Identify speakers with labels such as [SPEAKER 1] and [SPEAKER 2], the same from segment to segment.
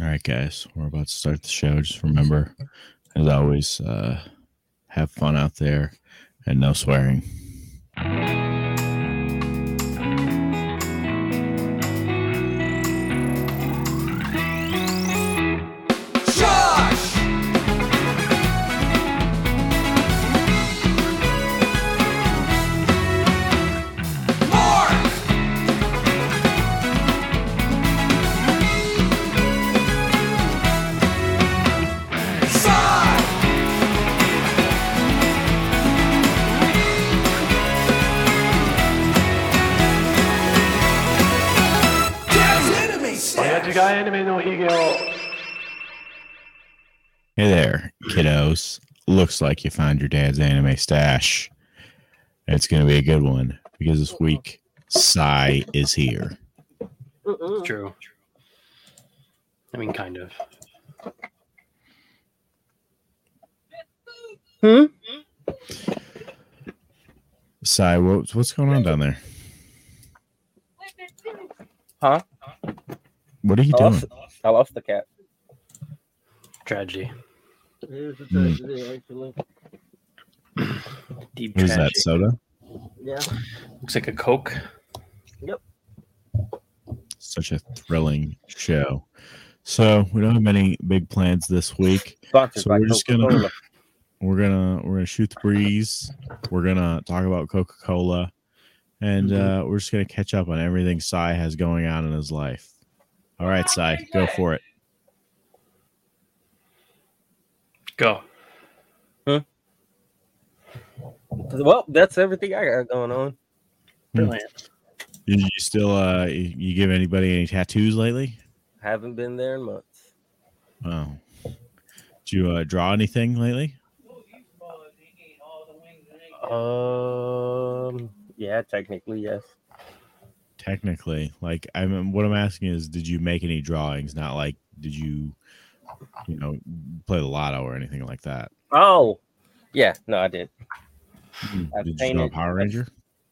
[SPEAKER 1] All right, guys, we're about to start the show. Just remember, as always, uh, have fun out there and no swearing.
[SPEAKER 2] 親父がエレメのヒゲを
[SPEAKER 1] Hey there, kiddos. Looks like you found your dad's anime stash. It's going to be a good one because this week, Psy is here.
[SPEAKER 3] Mm-mm.
[SPEAKER 2] true I mean kind of
[SPEAKER 3] Hmm?
[SPEAKER 1] Psy, what, what's going on down there?
[SPEAKER 4] Huh?
[SPEAKER 1] What are you
[SPEAKER 4] I
[SPEAKER 1] doing?
[SPEAKER 4] lost, I lost the cat.
[SPEAKER 2] tragedy
[SPEAKER 3] Here's the
[SPEAKER 1] Hmm.
[SPEAKER 3] tragedy, actually.
[SPEAKER 2] deep
[SPEAKER 1] What is
[SPEAKER 2] tragedy
[SPEAKER 1] that, soda?
[SPEAKER 3] Yeah.
[SPEAKER 2] looks like a coke
[SPEAKER 1] such a thrilling show. So we don't have many big plans this week.
[SPEAKER 4] Sponsored
[SPEAKER 1] So
[SPEAKER 4] by
[SPEAKER 1] we're just gonna-
[SPEAKER 4] Coca-Cola.
[SPEAKER 1] We're gonna we're gonna shoot the breeze. We're gonna talk about Coca Cola, and uh, we're just gonna catch up on everything Cy has going on in his life. All right, Cy, go for it.
[SPEAKER 2] go
[SPEAKER 4] Well, that's everything I got going on.
[SPEAKER 2] brilliant
[SPEAKER 1] You, you still uh, you, you give anybody any tattoos lately?
[SPEAKER 4] Haven't been there in months.
[SPEAKER 1] Wow. Did you uh, draw anything lately?
[SPEAKER 4] Um, yeah, technically yes.
[SPEAKER 1] Technically, like I mean, what I'm asking is, did you make any drawings? Not like did you, you know, play the lotto or anything like that?
[SPEAKER 4] Oh, yeah, no, I did. I
[SPEAKER 1] Did you draw a
[SPEAKER 4] painted-
[SPEAKER 1] Power Ranger?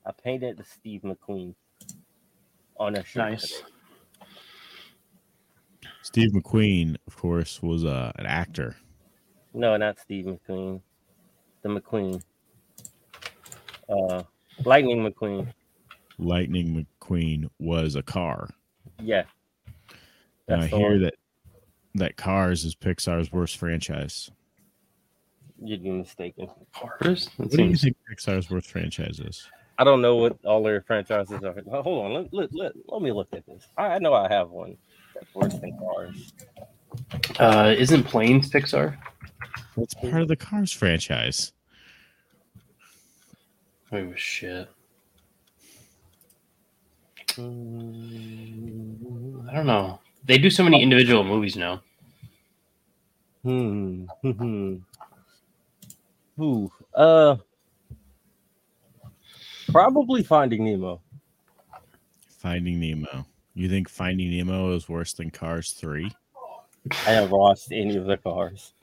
[SPEAKER 4] I painted the Steve McQueen on a sheet.
[SPEAKER 2] nice
[SPEAKER 1] Steve McQueen, of course, was uh, an actor.
[SPEAKER 4] No, not Steve McQueen. The McQueen. Uh, Lightning McQueen.
[SPEAKER 1] Lightning McQueen was a car.
[SPEAKER 4] Yeah.
[SPEAKER 1] And I
[SPEAKER 4] the
[SPEAKER 1] hear
[SPEAKER 4] one.
[SPEAKER 1] that that Cars is Pixar's worst franchise.
[SPEAKER 4] You'd be mistaken.
[SPEAKER 2] cars
[SPEAKER 1] What
[SPEAKER 2] it
[SPEAKER 1] do you
[SPEAKER 2] seems
[SPEAKER 1] think Pixar's worst franchise is?
[SPEAKER 4] I don't know what all their franchises are. Well, Hold on, let, let, let, let me look at this. I, I know I have one that's worse than cars.
[SPEAKER 2] uh isn't planes Pixar
[SPEAKER 1] What's part of the Cars franchise?
[SPEAKER 2] oh shit
[SPEAKER 4] Hmm.
[SPEAKER 2] Mm, I don't know they do so many individual movies now
[SPEAKER 4] Hmm. Ooh. Uh. Probably Finding Nemo.
[SPEAKER 1] Finding Nemo. You think Finding Nemo is worse than Cars 3?
[SPEAKER 4] I haven't watched any of the cars.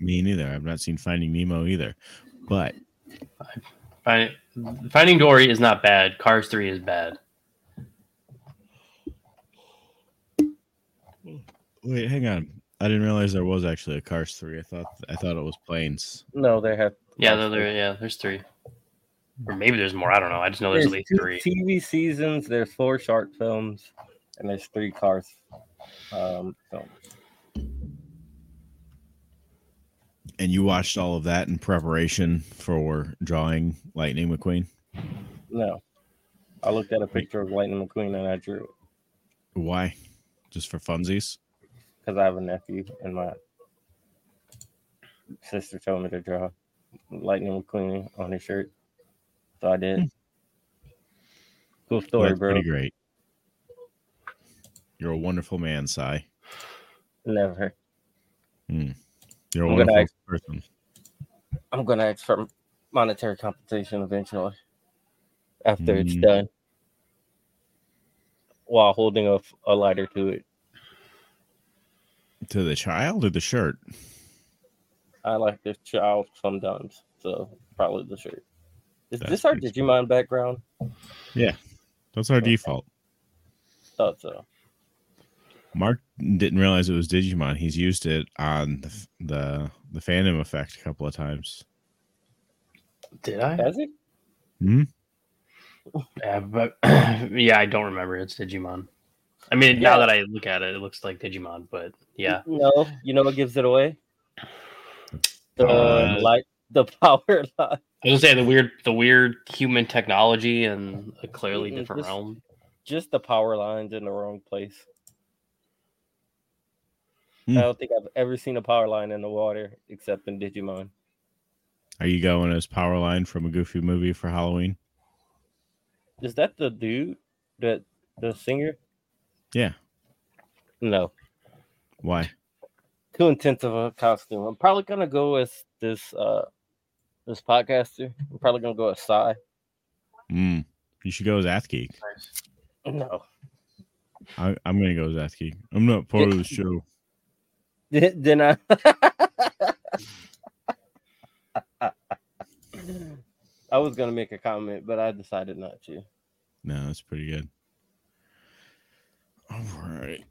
[SPEAKER 1] Me neither. I've not seen Finding Nemo either. But
[SPEAKER 2] Find, Finding Dory is not bad Cars three is bad
[SPEAKER 1] wait, hang on. I didn't realize there was actually a Cars 3. I thought I thought it was planes.
[SPEAKER 4] No, there have.
[SPEAKER 2] yeah there, there yeah there's three or maybe there's more I don't know I just know there's
[SPEAKER 4] There's
[SPEAKER 2] at least
[SPEAKER 4] two
[SPEAKER 2] three
[SPEAKER 4] TV seasons. There's four short films, and there's three cars. Um. films.
[SPEAKER 1] And you watched all of that in preparation for drawing Lightning McQueen?
[SPEAKER 4] No. I looked at a picture of Lightning McQueen and I drew it
[SPEAKER 1] Why? Just for funsies?
[SPEAKER 4] because I have a nephew and my sister told me to draw Lightning McQueen on his shirt. So I did. Cool story,
[SPEAKER 1] Hmm. That's
[SPEAKER 4] bro.
[SPEAKER 1] Pretty great. You're a wonderful man, Cy.
[SPEAKER 4] Never.
[SPEAKER 1] You're a
[SPEAKER 4] I'm gonna
[SPEAKER 1] wonderful
[SPEAKER 4] ask-
[SPEAKER 1] person.
[SPEAKER 4] I'm going to ask for monetary compensation eventually after it's
[SPEAKER 1] Mm.
[SPEAKER 4] done while holding a, f- a lighter to it.
[SPEAKER 1] To the child or the shirt?
[SPEAKER 4] I like this child sometimes, so probably the shirt. Is
[SPEAKER 1] That's
[SPEAKER 4] this our
[SPEAKER 1] pretty
[SPEAKER 4] Digimon background?
[SPEAKER 1] That's our
[SPEAKER 4] Okay.
[SPEAKER 1] default.
[SPEAKER 4] Thought so.
[SPEAKER 1] Mark didn't realize it was Digimon. He's used it on the f- the the fandom effect a couple of times.
[SPEAKER 2] Did I?
[SPEAKER 4] Has it?
[SPEAKER 2] Yeah, but yeah, I don't remember. It's Digimon. I mean, now
[SPEAKER 4] Yeah.
[SPEAKER 2] that I look at it, it looks like Digimon, but yeah.
[SPEAKER 4] No. You know what gives it away? The
[SPEAKER 2] Uh,
[SPEAKER 4] light. The power line.
[SPEAKER 2] I was gonna say the weird, the weird human technology and a clearly
[SPEAKER 4] Mm-mm,
[SPEAKER 2] different
[SPEAKER 4] Mm-hmm. this-
[SPEAKER 2] realm.
[SPEAKER 4] Just the power lines in the wrong place.
[SPEAKER 1] Hmm.
[SPEAKER 4] I don't think I've ever seen a power line in the water except in Digimon.
[SPEAKER 1] Are you going as Powerline from a Goofy movie for Halloween?
[SPEAKER 4] Is that the dude that the singer?
[SPEAKER 1] Yeah.
[SPEAKER 4] No.
[SPEAKER 1] Why?
[SPEAKER 4] Too intense of a costume. I'm probably gonna go with this uh this podcaster. I'm probably gonna go with Psy.
[SPEAKER 1] Mm. You should go as Athgeek.
[SPEAKER 4] No.
[SPEAKER 1] I, I'm gonna go as Athgeek. I'm not part of the show.
[SPEAKER 4] Then then I I was gonna make a comment, but I decided not to.
[SPEAKER 1] No, that's pretty good. All right.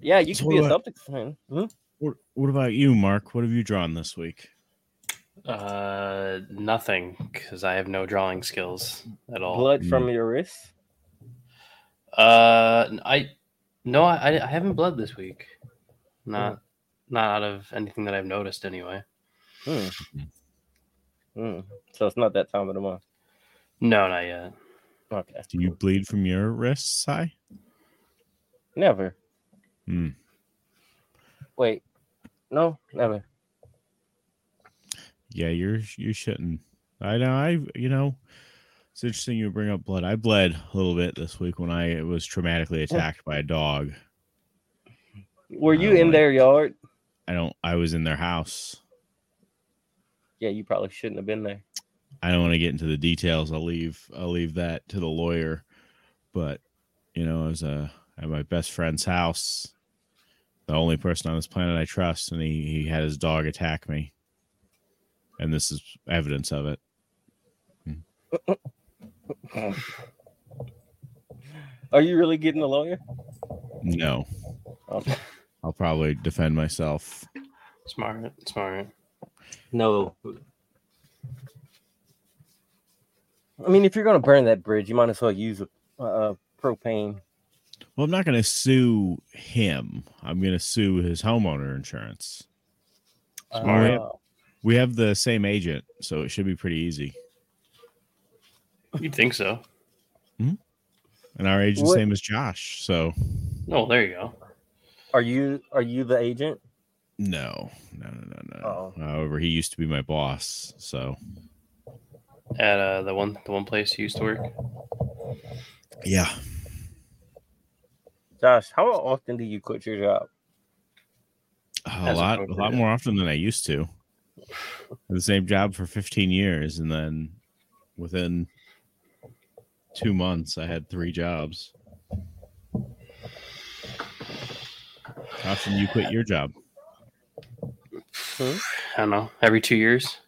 [SPEAKER 4] Yeah, you
[SPEAKER 1] So
[SPEAKER 4] can be a
[SPEAKER 1] what
[SPEAKER 4] Celtics fan. Hmm?
[SPEAKER 1] What What about you, Mark? What have you drawn this week?
[SPEAKER 2] Uh, nothing because I have no drawing skills at
[SPEAKER 1] Oh,
[SPEAKER 2] all.
[SPEAKER 1] mm.
[SPEAKER 4] Blood from your wrist.
[SPEAKER 2] Uh, I no, I I haven't bled this week. Not not out of anything that I've noticed anyway.
[SPEAKER 4] Hmm.
[SPEAKER 1] Mm.
[SPEAKER 4] Hmm. So it's not that time of the month.
[SPEAKER 2] No, not yet.
[SPEAKER 4] Okay.
[SPEAKER 1] Do you bleed from your wrists, Sai?
[SPEAKER 4] Never.
[SPEAKER 1] Hmm.
[SPEAKER 4] Wait. No, never.
[SPEAKER 1] Yeah, you're you shouldn't. I know. I you know. It's interesting you bring up blood. I bled a little bit this week when I was traumatically attacked by a dog.
[SPEAKER 4] Were
[SPEAKER 1] I
[SPEAKER 4] you
[SPEAKER 1] don't
[SPEAKER 4] in
[SPEAKER 1] like-
[SPEAKER 4] their yard?
[SPEAKER 1] I don't. I was in their house.
[SPEAKER 4] Yeah, you probably shouldn't have been there.
[SPEAKER 1] I don't want to get into the details. I'll leave I'll leave that to the lawyer. But you know, I was uh, at my best friend's house, the only person on this planet I trust, and he he had his dog attack me, and this is evidence of it.
[SPEAKER 4] Are you really getting a lawyer?
[SPEAKER 1] No,
[SPEAKER 4] Okay.
[SPEAKER 1] I'll probably defend myself.
[SPEAKER 2] Smart, smart.
[SPEAKER 4] No. I mean, if you're gonna burn that bridge, you might as well use a, uh, propane.
[SPEAKER 1] Well, I'm not going to sue him. I'm going to sue his homeowner insurance. Smart.
[SPEAKER 4] Uh,
[SPEAKER 1] We have the same agent, so it should be pretty easy.
[SPEAKER 2] You'd think so.
[SPEAKER 1] And our agent's
[SPEAKER 4] What-
[SPEAKER 1] name is Josh. So
[SPEAKER 2] Oh, there you go.
[SPEAKER 4] are you are you the agent?
[SPEAKER 1] No, no, no, no, no.
[SPEAKER 4] Oh.
[SPEAKER 1] However, he used to be my boss, so
[SPEAKER 2] At uh, the one the one place you used to work.
[SPEAKER 1] yeah.
[SPEAKER 4] Josh, how often do you quit your job?
[SPEAKER 1] A
[SPEAKER 2] As
[SPEAKER 1] lot, a
[SPEAKER 2] appropriate.
[SPEAKER 1] lot more often than I used to. the same job for 15 years, and then within two months, I had three jobs. How often do you quit your job?
[SPEAKER 4] Hmm?
[SPEAKER 2] I don't know. Every two years,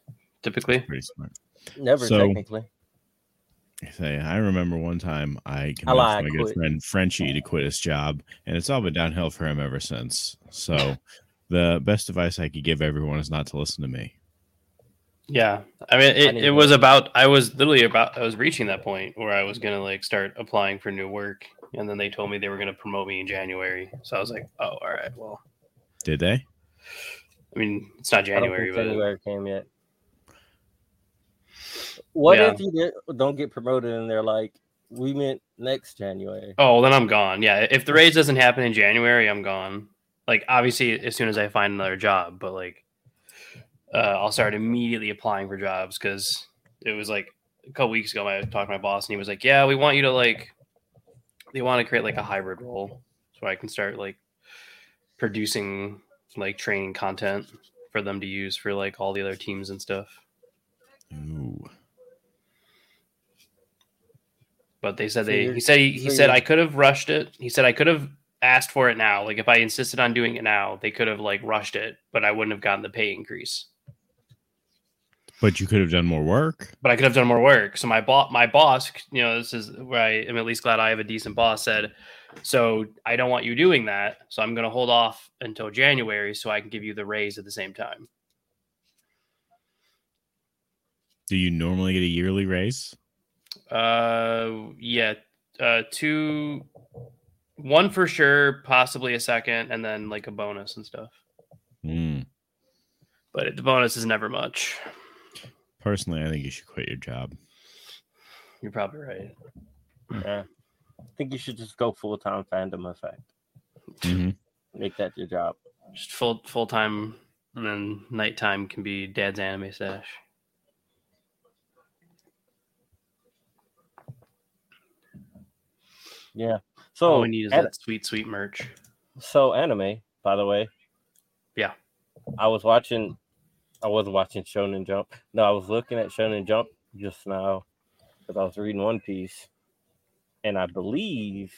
[SPEAKER 2] typically.
[SPEAKER 1] Pretty smart.
[SPEAKER 4] Never
[SPEAKER 1] So-
[SPEAKER 4] technically.
[SPEAKER 1] I Say, I remember one time I convinced
[SPEAKER 4] I lied,
[SPEAKER 1] my
[SPEAKER 4] quit.
[SPEAKER 1] good friend Frenchie to quit his job, and it's all been downhill for him ever since. So, the best advice I could give everyone is not to listen to me.
[SPEAKER 2] Yeah, I mean, it,
[SPEAKER 4] need
[SPEAKER 2] it was about I was literally about I was reaching that point where I was gonna like start applying for new work, and then they told me they were gonna promote me in January. So I was like, oh, all right, well,
[SPEAKER 1] Did they?
[SPEAKER 2] I mean, it's not
[SPEAKER 4] I don't
[SPEAKER 2] January,
[SPEAKER 4] think
[SPEAKER 2] but
[SPEAKER 4] January came yet. What
[SPEAKER 2] Yeah.
[SPEAKER 4] if you did, don't get promoted and they're like, we meant next January?
[SPEAKER 2] oh, then I'm gone. Yeah, if the raise doesn't happen in January, I'm gone. Like obviously, as soon as I find another job, but like, uh, I'll start immediately applying for jobs because it was like a couple weeks ago. I talked to my boss, and he was like, "Yeah, we want you to like, they want to create like a hybrid role, so I can start like producing like training content for them to use for like all the other teams and stuff."
[SPEAKER 1] Ooh.
[SPEAKER 2] But they said
[SPEAKER 4] So
[SPEAKER 2] they.
[SPEAKER 4] you're-
[SPEAKER 2] He said he, he
[SPEAKER 4] so
[SPEAKER 2] said
[SPEAKER 4] you're-
[SPEAKER 2] I could have rushed it. He said I could have asked for it now. Like if I insisted on doing it now, they could have like rushed it, but I wouldn't have gotten the pay increase.
[SPEAKER 1] But you could have done more work.
[SPEAKER 2] But I could have done more work. So my boss, my boss, you know, this is where I am at least glad I have a decent boss. Said So I don't want you doing that. So I'm going to hold off until January so I can give you the raise at the same time.
[SPEAKER 1] Do you normally get a yearly raise?
[SPEAKER 2] Uh, yeah, uh, two, one for sure, possibly a second, and then like a bonus and stuff.
[SPEAKER 1] Hmm.
[SPEAKER 2] But the bonus is never much.
[SPEAKER 1] Personally, I think you should quit your job.
[SPEAKER 2] You're probably right.
[SPEAKER 1] Hmm.
[SPEAKER 4] Yeah. I think you should just go full time fandom effect.
[SPEAKER 1] Mhm.
[SPEAKER 4] Make that your job.
[SPEAKER 2] Just full full time, and then nighttime can be dad's anime stash.
[SPEAKER 4] Yeah.
[SPEAKER 2] All
[SPEAKER 4] So
[SPEAKER 2] we need is
[SPEAKER 4] at-
[SPEAKER 2] that sweet sweet merch.
[SPEAKER 4] so anime, by the way.
[SPEAKER 2] Yeah.
[SPEAKER 4] I was watching I wasn't watching Shonen Jump. No, I was looking at Shonen Jump just now because I was reading One Piece. And I believe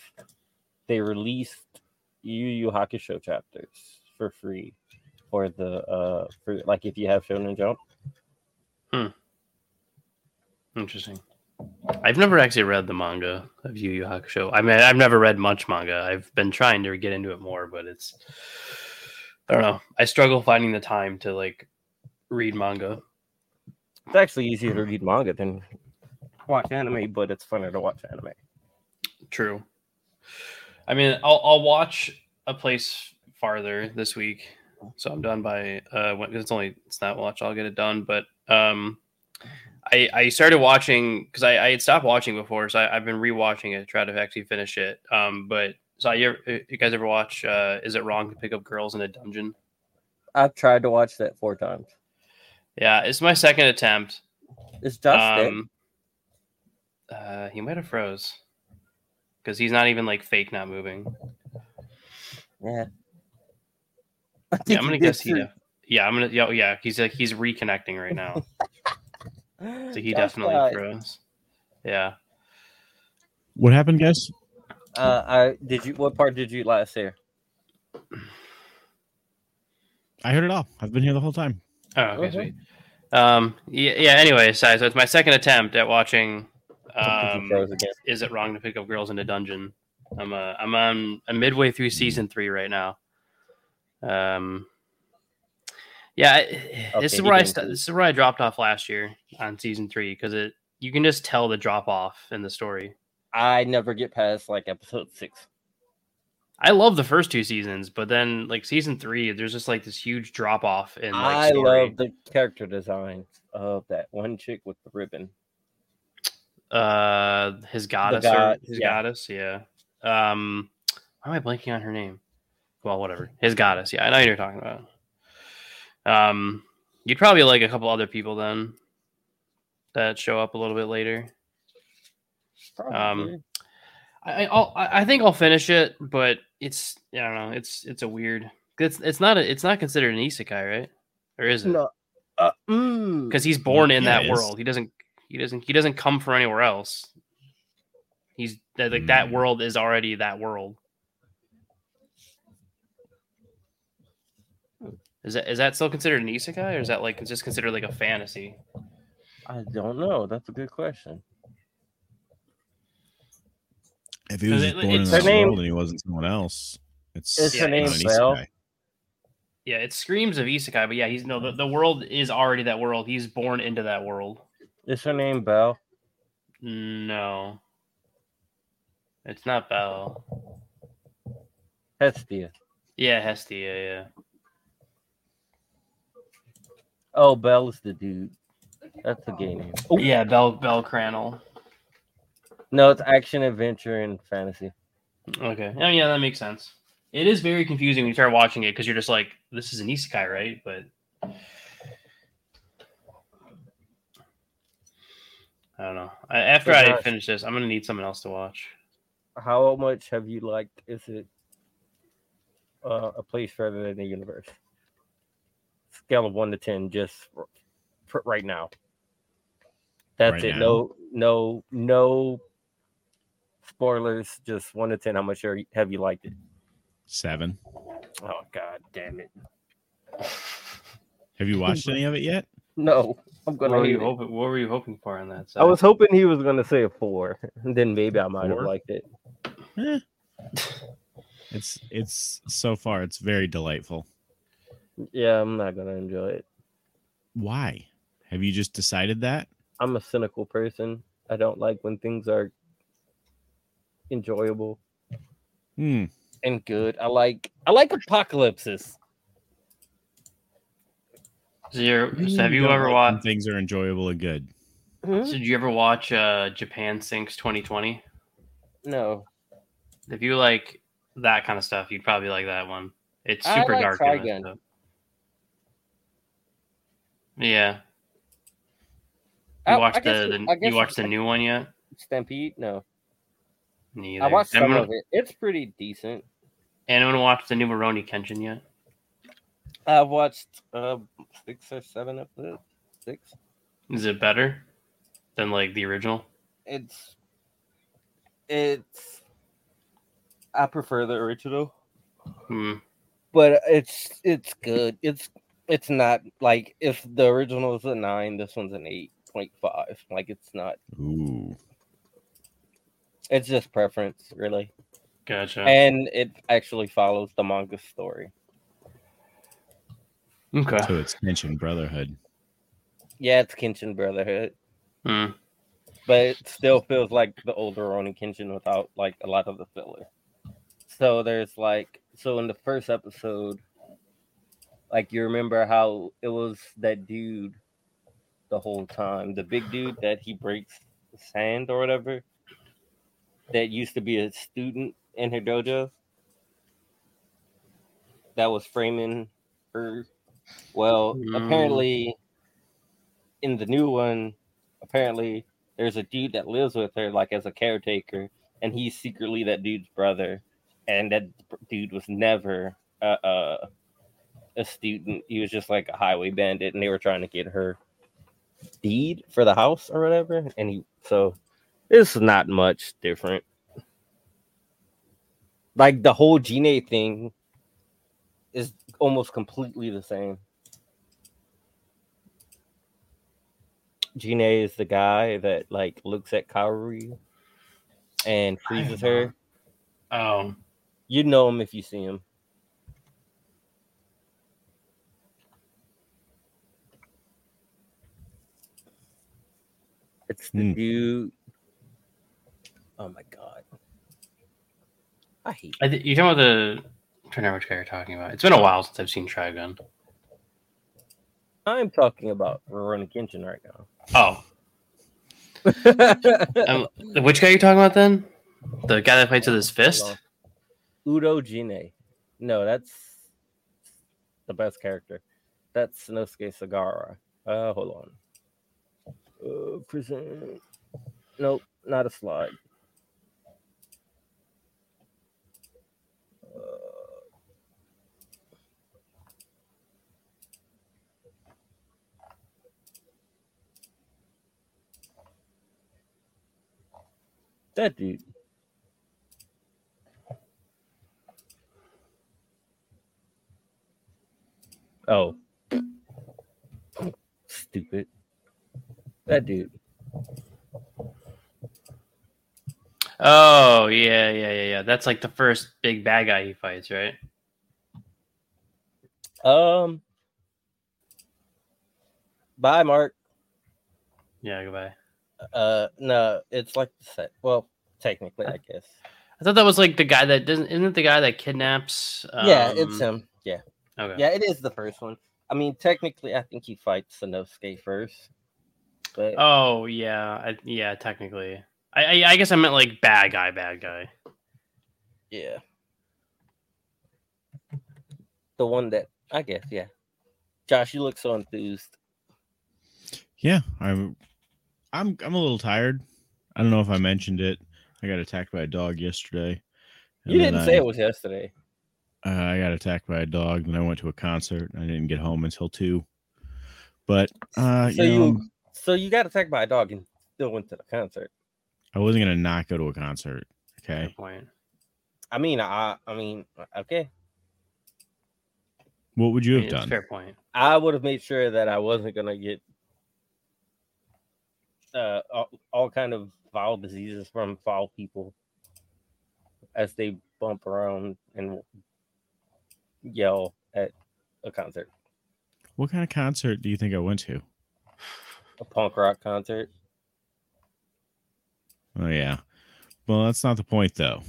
[SPEAKER 4] they released Yu Yu Hakusho chapters for free for the uh for like if you have Shonen Jump.
[SPEAKER 2] Interesting. I've never actually read the manga of Yu Yu Hakusho. I mean, I've never read much manga. I've been trying to get into it more, but it's I don't know. I struggle finding the time to like read manga.
[SPEAKER 4] It's actually easier to read manga than watch anime, but it's funner to watch anime.
[SPEAKER 2] True. I mean, I'll I'll watch a place farther this week, so I'm done by uh. When, it's only it's not watch. I'll get it done, but um, I I started watching because I I had stopped watching before, so I, I've been rewatching it, to try to actually finish it. Um, but so you ever- you guys ever watch? Uh, Is it wrong to pick up girls in a dungeon?
[SPEAKER 4] I've tried to watch that four times.
[SPEAKER 2] Yeah, it's my second attempt.
[SPEAKER 4] It's Justin.
[SPEAKER 2] Um, uh, he might have froze because he's not even like fake not moving.
[SPEAKER 4] yeah.
[SPEAKER 2] Yeah, I'm gonna guess he. def- yeah, I'm gonna. Yeah, yeah, he's like he's reconnecting right now,
[SPEAKER 4] def-
[SPEAKER 2] so he definitely froze. Yeah,
[SPEAKER 1] What happened, guys?
[SPEAKER 4] Uh, I did you. What part did you last hear?
[SPEAKER 1] I heard it all. I've been here the whole time.
[SPEAKER 2] Oh, okay,
[SPEAKER 4] Mhm.
[SPEAKER 2] sweet. Um, yeah, yeah. Anyway, so, so it's my second attempt at watching.
[SPEAKER 4] I think he
[SPEAKER 2] Um,
[SPEAKER 4] froze again.
[SPEAKER 2] is it wrong to pick up girls in a dungeon? I'm uh, I'm on I'm midway through season three right now. Um, yeah, I- this is
[SPEAKER 4] Okay,
[SPEAKER 2] where I
[SPEAKER 4] begin,
[SPEAKER 2] st-
[SPEAKER 4] please.
[SPEAKER 2] this is where I dropped off last year on season three because it you can just tell the drop off in the story.
[SPEAKER 4] I never get past like episode six.
[SPEAKER 2] I love the first two seasons, but then like season three, there's just like this huge drop off in like
[SPEAKER 4] I
[SPEAKER 2] story.
[SPEAKER 4] love the character designs of that one chick with the ribbon.
[SPEAKER 2] uh his goddess
[SPEAKER 4] god-
[SPEAKER 2] or his
[SPEAKER 4] yeah.
[SPEAKER 2] goddess yeah um why am i blanking on her name well whatever his goddess yeah i know who you're talking about um you'd probably like a couple other people then that show up a little bit later Um,
[SPEAKER 4] Probably.
[SPEAKER 2] i I- I'll, i I think i'll finish it but it's i don't know it's it's a weird it's it's not a, it's not considered an isekai right or is it
[SPEAKER 4] no. Uh, mm.
[SPEAKER 2] because he's born in
[SPEAKER 1] Yeah,
[SPEAKER 2] that
[SPEAKER 1] it is.
[SPEAKER 2] world. He doesn't. He doesn't. He doesn't come from anywhere else. He's that like that
[SPEAKER 1] Hmm.
[SPEAKER 2] world is already that world. Is that is that still considered an isekai, or is that like just considered like a fantasy?
[SPEAKER 4] I don't know. That's a good question.
[SPEAKER 1] If he was
[SPEAKER 2] It-
[SPEAKER 1] just born in
[SPEAKER 2] it's-
[SPEAKER 1] that
[SPEAKER 4] Her name-
[SPEAKER 1] world and he wasn't someone else, it's,
[SPEAKER 4] Is
[SPEAKER 2] her
[SPEAKER 1] not
[SPEAKER 2] name
[SPEAKER 1] an
[SPEAKER 4] Belle?
[SPEAKER 1] isekai.
[SPEAKER 2] Yeah, it screams of isekai, but yeah, he's no. The, the world is already that world. He's born into that world.
[SPEAKER 4] Is her name Belle?
[SPEAKER 2] No, it's not Bell.
[SPEAKER 4] Hestia.
[SPEAKER 2] Yeah, Hestia. Yeah.
[SPEAKER 4] Oh, Belle is the dude. That's a gay name. Oh,
[SPEAKER 2] Yeah, Bell Bell Crannell.
[SPEAKER 4] No, it's action, adventure, and fantasy.
[SPEAKER 2] Okay. Oh yeah, that makes sense. It is very confusing when you start watching it because you're just like, this is an isekai, right? But I don't know. I, after
[SPEAKER 4] Good
[SPEAKER 2] I
[SPEAKER 4] night.
[SPEAKER 2] finish this, I'm gonna need something else to watch.
[SPEAKER 4] How much have you liked? Is it uh, a place rather than the universe? Scale of one to ten, just r- for right now. That's
[SPEAKER 1] Right
[SPEAKER 4] it.
[SPEAKER 1] now?
[SPEAKER 4] No, no, no spoilers. Just one to ten. How much are, have you liked it?
[SPEAKER 1] Seven.
[SPEAKER 4] Oh God, damn it!
[SPEAKER 1] Have you watched any of it yet?
[SPEAKER 4] No, I'm
[SPEAKER 2] What
[SPEAKER 4] gonna.
[SPEAKER 2] were
[SPEAKER 4] hate
[SPEAKER 2] you
[SPEAKER 4] it.
[SPEAKER 2] hoping? What were you hoping for on that?
[SPEAKER 4] I was hoping he was gonna say a four, and then maybe I might have
[SPEAKER 1] Four?
[SPEAKER 4] liked it.
[SPEAKER 1] Eh, It's it's so far it's very delightful.
[SPEAKER 4] Yeah, I'm not gonna enjoy it.
[SPEAKER 1] Why? Have you just decided that?
[SPEAKER 4] I'm a cynical person. I don't like when things are enjoyable
[SPEAKER 1] Hmm.
[SPEAKER 4] and good. I like I like apocalypses.
[SPEAKER 2] So, you're,
[SPEAKER 1] do
[SPEAKER 4] Mm,
[SPEAKER 2] so have you
[SPEAKER 1] don't
[SPEAKER 2] ever
[SPEAKER 1] like when
[SPEAKER 2] watched?
[SPEAKER 1] things are enjoyable and good?
[SPEAKER 4] Hmm?
[SPEAKER 2] So did you ever watch uh, Japan Sinks 2020?
[SPEAKER 4] No,
[SPEAKER 2] If you like that kind of stuff, you'd probably like that one. It's
[SPEAKER 4] I
[SPEAKER 2] super
[SPEAKER 4] like
[SPEAKER 2] dark. and
[SPEAKER 4] Trigun.
[SPEAKER 2] messed up. Yeah. You
[SPEAKER 4] I- I
[SPEAKER 2] watched
[SPEAKER 4] guess
[SPEAKER 2] the,
[SPEAKER 4] it- I
[SPEAKER 2] the
[SPEAKER 4] guess
[SPEAKER 2] you watched the
[SPEAKER 4] it's-
[SPEAKER 2] new one yet?
[SPEAKER 4] Stampede. No,
[SPEAKER 2] Neither.
[SPEAKER 4] I watched some
[SPEAKER 2] and
[SPEAKER 4] of it. It's pretty decent.
[SPEAKER 2] Anyone watched the new Maroni Kenshin yet?
[SPEAKER 4] I watched uh six or seven of it. Six.
[SPEAKER 2] Is it better than like the original?
[SPEAKER 4] It's it's. I prefer the original.
[SPEAKER 2] Hmm.
[SPEAKER 4] but it's it's good. It's it's not like if the original is a nine, this one's an eight point five. Like it's not.
[SPEAKER 1] Ooh.
[SPEAKER 4] It's just preference, really,
[SPEAKER 2] Gotcha.
[SPEAKER 4] and it actually follows the manga story.
[SPEAKER 2] okay.
[SPEAKER 1] So it's mentioned brotherhood.
[SPEAKER 4] Yeah, it's Kenshin Brotherhood,
[SPEAKER 2] Hmm.
[SPEAKER 4] but it still feels like the older Ronin Kenshin without like a lot of the filler. So there's like so in the first episode, like you remember how it was that dude the whole time, the big dude that he breaks his hand or whatever, that used to be a student in her dojo, that was framing her. Well,
[SPEAKER 2] Mm.
[SPEAKER 4] apparently, in the new one, apparently there's a dude that lives with her, like as a caretaker, and he's secretly that dude's brother, and that dude was never uh, uh, a student. He was just like a highway bandit, and they were trying to get her deed for the house or whatever. And he so it's not much different. Like the whole Gene thing is almost completely the same. Gene is the guy that like looks at Kaoru and
[SPEAKER 2] I am
[SPEAKER 4] freezes her.
[SPEAKER 2] not- Oh,
[SPEAKER 4] You know him if you see him. It's the
[SPEAKER 1] Hmm.
[SPEAKER 4] dude. Oh my god. I hate
[SPEAKER 2] I th- you talking about the? I'm trying to remember which guy you're talking about. It's been a while since I've seen Trigun.
[SPEAKER 4] I'm talking about Rurouni Kenshin right
[SPEAKER 2] Oh,
[SPEAKER 4] now.
[SPEAKER 2] um, which guy you talking about then? The guy that fights with his fist.
[SPEAKER 4] Udo Jine. No, that's the best character. That's Sinosuke Sagara. Uh, hold on. Uh, present. Nope, not a slide. Uh, That dude. Oh. Stupid. That dude.
[SPEAKER 2] Oh yeah, yeah, yeah, yeah. That's like the first big bad guy he fights, right?
[SPEAKER 4] Um. Bye, Mark.
[SPEAKER 2] Yeah. Goodbye.
[SPEAKER 4] Uh, no, it's like the set. Well, technically, I guess.
[SPEAKER 2] I thought that was like the guy that doesn't. Isn't it the guy that kidnaps?
[SPEAKER 4] yeah,
[SPEAKER 2] um,
[SPEAKER 4] it's him. Yeah,
[SPEAKER 2] Okay.
[SPEAKER 4] yeah, it is the first one. I mean, technically, I think he fights Sanosuke first, but
[SPEAKER 2] Oh yeah, I, yeah. Technically, I, I I guess I meant like bad guy, bad guy.
[SPEAKER 4] yeah, the one that I guess, yeah. Josh, you look so enthused.
[SPEAKER 1] Yeah, I'm I'm I'm a little tired. I don't know if I mentioned it. I got attacked by a dog yesterday. and
[SPEAKER 4] You
[SPEAKER 1] then
[SPEAKER 4] didn't
[SPEAKER 1] I-
[SPEAKER 4] say it was yesterday.
[SPEAKER 1] Uh, I got attacked by a dog. Then I went to a concert. I didn't get home until two. But uh,
[SPEAKER 4] So
[SPEAKER 1] you know,
[SPEAKER 4] you-
[SPEAKER 1] I'm-
[SPEAKER 4] So you got attacked by a dog and still went to the concert.
[SPEAKER 1] I wasn't gonna not go to a concert. Okay.
[SPEAKER 2] Good point.
[SPEAKER 4] I mean, I, I mean, okay.
[SPEAKER 1] What would you
[SPEAKER 2] Yeah,
[SPEAKER 1] have
[SPEAKER 2] it's a
[SPEAKER 1] done?
[SPEAKER 2] Fair point.
[SPEAKER 4] I would have made sure that I wasn't gonna get uh all, all kind of foul diseases from foul people. as they bump around and yell at a concert,
[SPEAKER 1] What kind of concert do you think I went to?
[SPEAKER 4] a punk rock concert.
[SPEAKER 1] Oh yeah. Well, that's not the point though.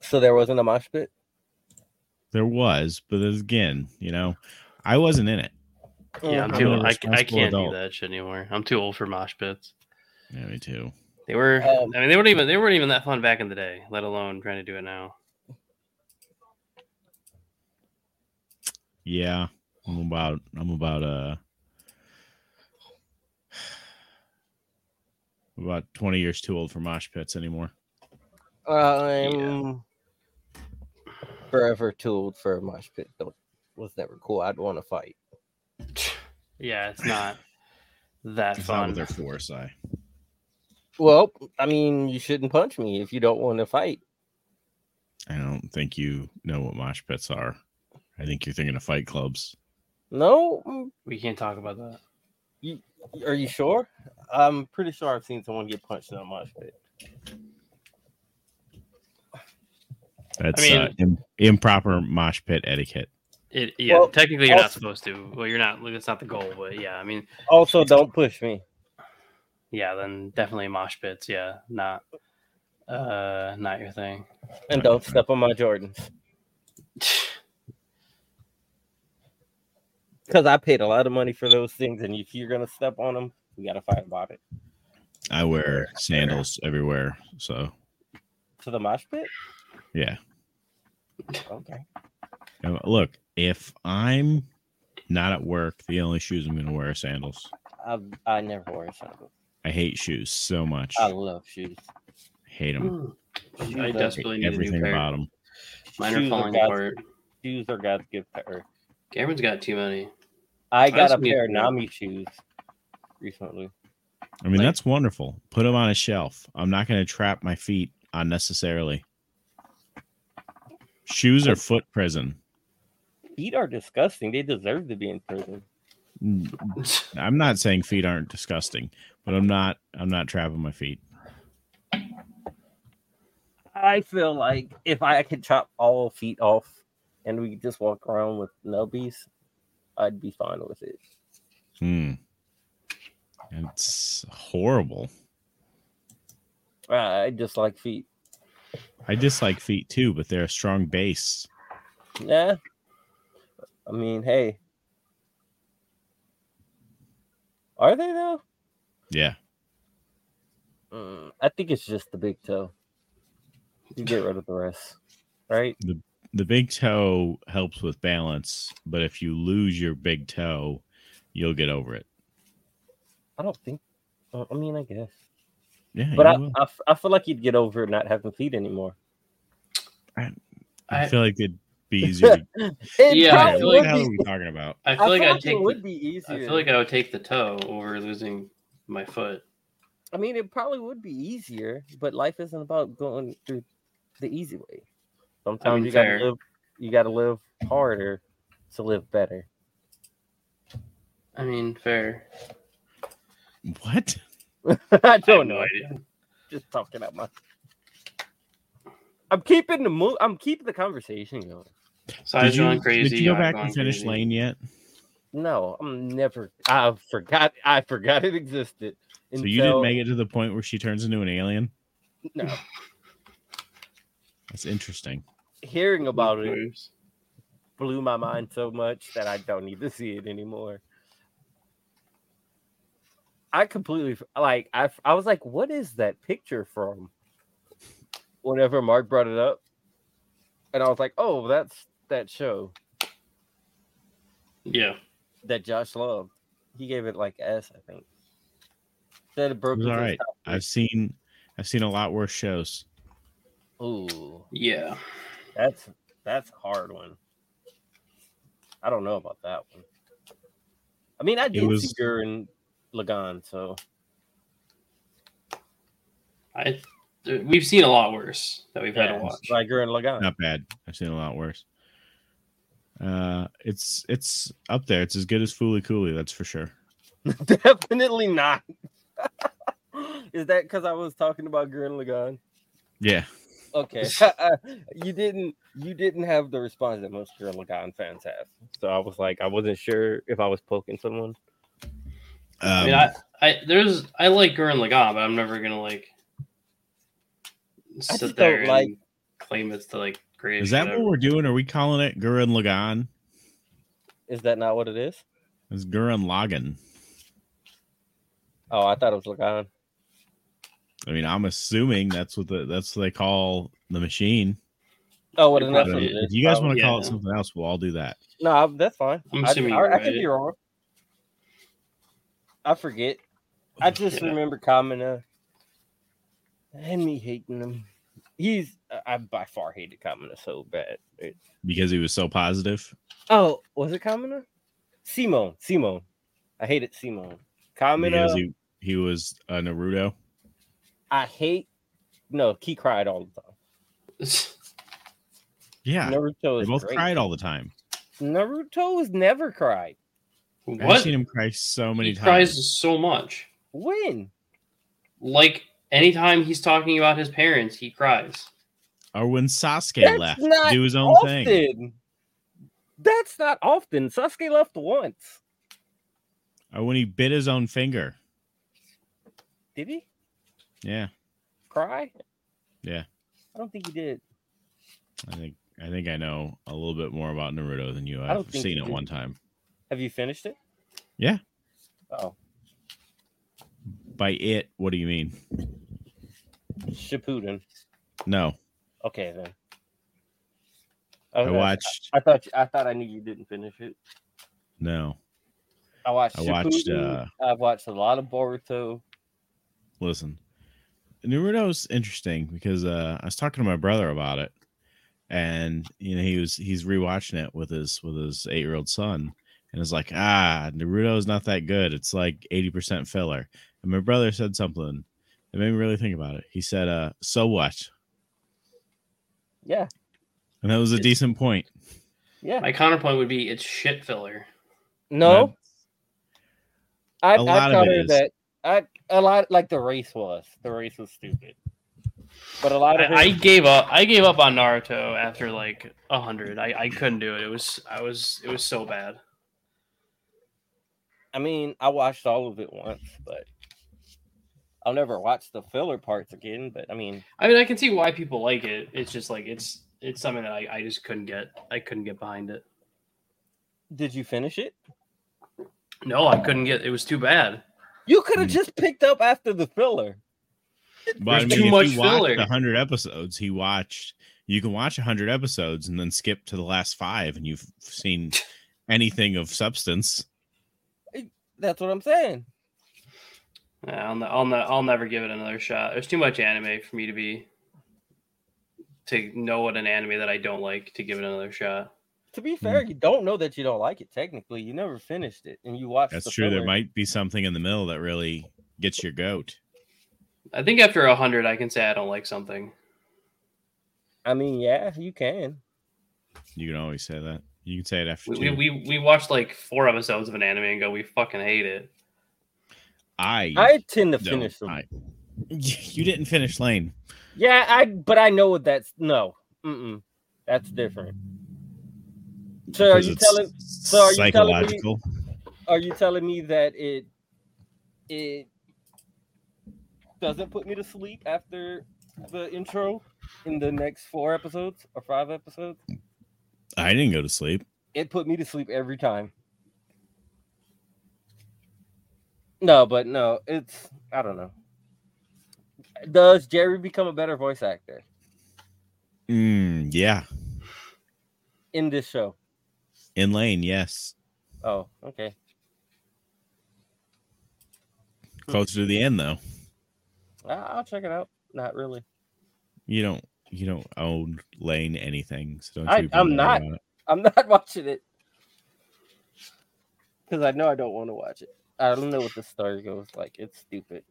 [SPEAKER 4] So there wasn't a mosh pit.
[SPEAKER 1] There was, but there's- again, you know, I wasn't in it.
[SPEAKER 2] Yeah, I'm
[SPEAKER 4] Mm-hmm.
[SPEAKER 1] I'm
[SPEAKER 2] too.
[SPEAKER 1] a
[SPEAKER 2] I, I
[SPEAKER 1] responsible
[SPEAKER 2] can't
[SPEAKER 1] adult.
[SPEAKER 2] do that shit anymore. I'm too old for mosh pits.
[SPEAKER 1] Yeah, me too.
[SPEAKER 2] They were.
[SPEAKER 4] Um,
[SPEAKER 2] I mean, they weren't even. They weren't even that fun back in the day. Let alone trying to do it now.
[SPEAKER 1] Yeah, I'm about. I'm about. Uh, about 20 years too old for mosh pits anymore.
[SPEAKER 4] I'm Um, forever too old for a mosh pit. Don't was never cool. I'd want to fight.
[SPEAKER 2] Yeah, it's not that
[SPEAKER 1] That's not
[SPEAKER 2] fun.
[SPEAKER 1] what they're for, Si.
[SPEAKER 4] Well, I mean, you shouldn't punch me if you don't want to fight.
[SPEAKER 1] I don't think you know what mosh pits are. I think you're thinking of fight clubs.
[SPEAKER 4] No, Mm,
[SPEAKER 2] we can't talk about that.
[SPEAKER 4] are you sure? I'm pretty sure I've seen someone get punched in a mosh pit.
[SPEAKER 1] That's
[SPEAKER 2] mean-
[SPEAKER 1] uh, im- improper mosh pit etiquette.
[SPEAKER 2] It. Yeah,
[SPEAKER 4] Well,
[SPEAKER 2] technically you're not
[SPEAKER 4] also-
[SPEAKER 2] supposed to. Well, you're not. That's not the goal. But yeah, I mean,
[SPEAKER 4] Also, don't push me.
[SPEAKER 2] yeah, then definitely mosh pits. Yeah, not. Uh, not your thing.
[SPEAKER 4] And don't step on my Jordans. Because I paid a lot of money for those things. And if you're going to step on them, we got to fight about it.
[SPEAKER 1] I wear sandals everywhere. So,
[SPEAKER 4] To the mosh pit?
[SPEAKER 1] yeah.
[SPEAKER 4] Okay.
[SPEAKER 1] Um, Look, if I'm not at work, the only shoes I'm going to wear are sandals.
[SPEAKER 4] I, I never wear sandals.
[SPEAKER 1] I hate shoes so much.
[SPEAKER 2] Oh.
[SPEAKER 4] I love shoes.
[SPEAKER 1] hate them.
[SPEAKER 4] Shoes
[SPEAKER 2] I
[SPEAKER 4] are-
[SPEAKER 2] desperately need a new
[SPEAKER 1] everything about
[SPEAKER 2] pair.
[SPEAKER 1] them.
[SPEAKER 2] Mine
[SPEAKER 4] Shoes
[SPEAKER 2] are
[SPEAKER 4] are
[SPEAKER 2] falling
[SPEAKER 4] bad.
[SPEAKER 2] apart.
[SPEAKER 4] shoes are God's gift to earth.
[SPEAKER 2] Cameron's got too many.
[SPEAKER 4] I got
[SPEAKER 2] just
[SPEAKER 4] a
[SPEAKER 2] need
[SPEAKER 4] pair of
[SPEAKER 2] four.
[SPEAKER 4] Nami shoes recently.
[SPEAKER 1] I mean,
[SPEAKER 2] Like-
[SPEAKER 1] that's wonderful. Put them on a shelf. I'm not going to trap my feet unnecessarily. Shoes are foot prison.
[SPEAKER 4] Feet are disgusting. They deserve to be in prison.
[SPEAKER 1] Mm, I'm not saying feet aren't disgusting, but I'm not. I'm not trapping my feet.
[SPEAKER 4] I feel like if I could chop all feet off and we could just walk around with nubbies, I'd be fine with it.
[SPEAKER 1] Hmm. It's horrible.
[SPEAKER 4] I just like feet.
[SPEAKER 1] I dislike feet too, but they're a strong base.
[SPEAKER 4] Nah. I mean, hey. Are they though?
[SPEAKER 1] Yeah.
[SPEAKER 4] Mm, I think it's just the big toe. You get rid of the rest, right?
[SPEAKER 1] the big toe helps with balance, but if you lose your big toe, you'll get over it.
[SPEAKER 4] I don't think. I I mean, I guess.
[SPEAKER 1] Yeah,
[SPEAKER 4] But
[SPEAKER 1] you
[SPEAKER 4] I,
[SPEAKER 1] will.
[SPEAKER 4] I, f- I feel like you'd get over not having feet anymore.
[SPEAKER 1] I,
[SPEAKER 2] I-
[SPEAKER 1] feel like it'd be easier. To,
[SPEAKER 2] Yeah,
[SPEAKER 1] yeah,
[SPEAKER 2] I
[SPEAKER 1] what
[SPEAKER 2] feel
[SPEAKER 1] the
[SPEAKER 2] like-
[SPEAKER 1] hell are we talking about?
[SPEAKER 2] I feel like I'd
[SPEAKER 4] it
[SPEAKER 2] take.
[SPEAKER 4] would
[SPEAKER 2] The,
[SPEAKER 4] be easier.
[SPEAKER 2] I feel like I would take the toe over losing my foot.
[SPEAKER 4] I mean, it probably would be easier, but life isn't about going through the easy way. Sometimes you
[SPEAKER 2] fair.
[SPEAKER 4] gotta live. You gotta live harder to live better.
[SPEAKER 2] I mean, fair.
[SPEAKER 1] What?
[SPEAKER 4] I
[SPEAKER 2] I have
[SPEAKER 4] don't
[SPEAKER 2] no
[SPEAKER 4] know.
[SPEAKER 2] idea.
[SPEAKER 4] Just talking out my. I'm keeping the move. I'm keeping the conversation going.
[SPEAKER 2] So I was
[SPEAKER 1] did, you,
[SPEAKER 2] going crazy.
[SPEAKER 1] did you
[SPEAKER 2] I
[SPEAKER 1] go
[SPEAKER 2] was
[SPEAKER 1] back
[SPEAKER 2] going
[SPEAKER 1] and finish
[SPEAKER 2] crazy.
[SPEAKER 1] lane yet?
[SPEAKER 4] No, I'm never. I forgot. I forgot it existed.
[SPEAKER 1] So you didn't make it to the point where she turns into an alien?
[SPEAKER 4] No,
[SPEAKER 1] That's interesting.
[SPEAKER 4] hearing about it blew my mind so much that I don't need to see it anymore. I completely like I I was like, what is that picture from? Whenever Mark brought it up, and I was like, oh, that's that show
[SPEAKER 2] Yeah.
[SPEAKER 4] that Josh loved. He gave it like S, I think. Said it broke.
[SPEAKER 1] It was
[SPEAKER 4] his
[SPEAKER 1] all right.
[SPEAKER 4] top
[SPEAKER 1] I've seen I've seen a lot worse shows.
[SPEAKER 4] Ooh,
[SPEAKER 2] Yeah.
[SPEAKER 4] that's that's a hard one. I don't know about that one. I mean, I did see
[SPEAKER 1] was-
[SPEAKER 4] her in Lagan, so
[SPEAKER 2] I. We've seen a lot worse that we've had to watch.
[SPEAKER 4] Like you're in Lagan.
[SPEAKER 1] Not bad. I've seen a lot worse. Uh it's it's up there. It's as good as Foolie Cooley, that's for sure.
[SPEAKER 4] Definitely not. Is that because I was talking about Gurren Lagann?
[SPEAKER 1] Yeah.
[SPEAKER 4] Okay, you didn't. You didn't have the response that most Gurren Lagann fans have. So I was like, I wasn't sure if I was poking someone.
[SPEAKER 1] Um,
[SPEAKER 2] I mean, I, I there's I like Gurren Lagann, but I'm never gonna like
[SPEAKER 4] I
[SPEAKER 2] sit
[SPEAKER 4] just
[SPEAKER 2] there
[SPEAKER 4] don't
[SPEAKER 2] and
[SPEAKER 4] like.
[SPEAKER 2] claim it's the like greatest.
[SPEAKER 1] is that
[SPEAKER 2] shit
[SPEAKER 1] what
[SPEAKER 2] ever.
[SPEAKER 1] we're doing? Are we calling it Gurren Lagan?
[SPEAKER 4] Is that not what it is?
[SPEAKER 1] It's Gurren Lagan.
[SPEAKER 4] Oh, I thought it was Lagan.
[SPEAKER 1] I mean, I'm assuming that's what the, that's what they call the machine.
[SPEAKER 4] Oh, well, then
[SPEAKER 1] But
[SPEAKER 4] that's what it is.
[SPEAKER 1] if you guys
[SPEAKER 4] probably.
[SPEAKER 1] want to
[SPEAKER 2] yeah.
[SPEAKER 1] call it something else, we'll all do that.
[SPEAKER 4] No, I- that's fine.
[SPEAKER 2] I'm
[SPEAKER 4] I-
[SPEAKER 2] assuming
[SPEAKER 4] I,
[SPEAKER 2] you're
[SPEAKER 4] I could
[SPEAKER 2] right.
[SPEAKER 4] be wrong. I forget. I just
[SPEAKER 2] Yeah.
[SPEAKER 4] remember Kamina and me hating him. He's I I by far hated Kamina so bad. It-
[SPEAKER 1] Because he was so positive.
[SPEAKER 4] oh, was it Kamina? Simone. Simone. I hated Simone. Kamina.
[SPEAKER 1] Because he, he was a Naruto.
[SPEAKER 4] I hate. No, he cried all the time.
[SPEAKER 1] Yeah.
[SPEAKER 4] Naruto
[SPEAKER 1] They
[SPEAKER 4] is
[SPEAKER 1] both
[SPEAKER 4] great.
[SPEAKER 1] cried all the time.
[SPEAKER 4] Naruto has never cried.
[SPEAKER 1] I've
[SPEAKER 2] what?
[SPEAKER 1] seen him cry so many
[SPEAKER 2] he
[SPEAKER 1] times.
[SPEAKER 2] cries so much.
[SPEAKER 4] When?
[SPEAKER 2] Like anytime he's talking about his parents, he cries.
[SPEAKER 1] Or when Sasuke
[SPEAKER 4] That's
[SPEAKER 1] left to
[SPEAKER 4] not
[SPEAKER 1] do his own
[SPEAKER 4] often.
[SPEAKER 1] thing.
[SPEAKER 4] That's not often. Sasuke left once.
[SPEAKER 1] Or when he bit his own finger.
[SPEAKER 4] Did he?
[SPEAKER 1] Yeah.
[SPEAKER 4] cry?
[SPEAKER 1] Yeah.
[SPEAKER 4] I don't think he did.
[SPEAKER 1] I think I think I know a little bit more about Naruto than you.
[SPEAKER 4] I
[SPEAKER 1] I've
[SPEAKER 4] don't think
[SPEAKER 1] seen
[SPEAKER 4] you
[SPEAKER 1] it
[SPEAKER 4] do.
[SPEAKER 1] one time.
[SPEAKER 4] Have you finished it?
[SPEAKER 1] Yeah.
[SPEAKER 4] Oh,
[SPEAKER 1] By it, what do you mean?
[SPEAKER 4] Shippuden.
[SPEAKER 1] No.
[SPEAKER 4] Okay then.
[SPEAKER 1] I
[SPEAKER 4] Okay.
[SPEAKER 1] watched
[SPEAKER 4] I thought. I thought I knew you didn't finish it.
[SPEAKER 1] no.
[SPEAKER 4] I watched.
[SPEAKER 1] I watched,
[SPEAKER 4] Shippuden.
[SPEAKER 1] uh,
[SPEAKER 4] I've watched a lot of Boruto.
[SPEAKER 1] Listen. Naruto's interesting because uh I was talking to my brother about it and you know he was he's rewatching it with his with his 8-year-old son and it's like, "Ah, Naruto's not that good. It's like 80% filler." And my brother said something that made me really think about it. He said, "Uh, so what?"
[SPEAKER 4] Yeah,
[SPEAKER 1] And that was a
[SPEAKER 2] It's-
[SPEAKER 1] decent point.
[SPEAKER 4] yeah.
[SPEAKER 2] My counterpoint would be it's shit filler.
[SPEAKER 4] no, I,
[SPEAKER 1] a
[SPEAKER 4] I
[SPEAKER 1] lot of it
[SPEAKER 4] counter
[SPEAKER 1] is.
[SPEAKER 4] that. I a lot like the race was. The race was stupid, but a lot of
[SPEAKER 2] I, I
[SPEAKER 4] it-
[SPEAKER 2] gave up. I gave up on Naruto after like a hundred. I, I couldn't do it. It was I was it was so bad.
[SPEAKER 4] I mean, I watched all of it once, but I'll never watch the filler parts again. But I mean,
[SPEAKER 2] I mean, I can see why people like it. It's just like it's it's something that I, I just couldn't get. I couldn't get behind it.
[SPEAKER 4] did you finish it?
[SPEAKER 2] No, I couldn't get. It was too bad.
[SPEAKER 4] You could have
[SPEAKER 1] Mm.
[SPEAKER 4] just picked up after the filler.
[SPEAKER 1] But I
[SPEAKER 2] There's
[SPEAKER 1] mean,
[SPEAKER 2] too
[SPEAKER 1] if
[SPEAKER 2] much
[SPEAKER 1] you watched
[SPEAKER 2] filler.
[SPEAKER 1] 100 episodes he watched. You can watch 100 episodes and then skip to the last 5 and you've seen anything of substance.
[SPEAKER 4] That's what I'm saying.
[SPEAKER 2] Yeah, I'll, ne- I'll, ne- I'll never give it another shot. There's too much anime for me to be to know what an anime that I don't like to give it another shot.
[SPEAKER 4] To be fair,
[SPEAKER 1] Mm.
[SPEAKER 4] you don't know that you don't like it. Technically, you never finished it, and you watched.
[SPEAKER 1] That's
[SPEAKER 4] the
[SPEAKER 1] true. There
[SPEAKER 4] filler.
[SPEAKER 1] might be something in the middle that really gets your goat.
[SPEAKER 2] I think after a hundred, I can say I don't like something.
[SPEAKER 4] I mean, yeah, you can.
[SPEAKER 1] You can always say that. You can say it after
[SPEAKER 2] We,
[SPEAKER 1] two.
[SPEAKER 2] we, we, we watched like four episodes of an anime and go, we fucking hate it.
[SPEAKER 1] I,
[SPEAKER 4] I tend to
[SPEAKER 1] don't-
[SPEAKER 4] finish them.
[SPEAKER 1] I- you didn't finish Lane.
[SPEAKER 4] Yeah, I. But I know what that's no. Mm-mm, that's different. So are
[SPEAKER 1] because
[SPEAKER 4] you
[SPEAKER 1] it's
[SPEAKER 4] telling? so are you telling me-
[SPEAKER 1] psychological.
[SPEAKER 4] Are you telling me that it? It doesn't put me to sleep after the intro in the next four episodes or five episodes.
[SPEAKER 1] I didn't go to sleep.
[SPEAKER 4] it put me to sleep every time. No, but no, it's I don't know. Does Jerry become a better voice actor
[SPEAKER 1] Mm, yeah.
[SPEAKER 4] in this show?
[SPEAKER 1] In Lane, yes.
[SPEAKER 4] Oh, okay. Hmm.
[SPEAKER 1] Closer to the end though.
[SPEAKER 4] I- I'll check it out. Not really.
[SPEAKER 1] You don't you don't own Lane anything. So don't
[SPEAKER 4] I-
[SPEAKER 1] you
[SPEAKER 4] I'm
[SPEAKER 1] worry
[SPEAKER 4] not.
[SPEAKER 1] about it.
[SPEAKER 4] I'm not watching it because I know I don't want to watch it. I don't know what the story goes like. It's stupid,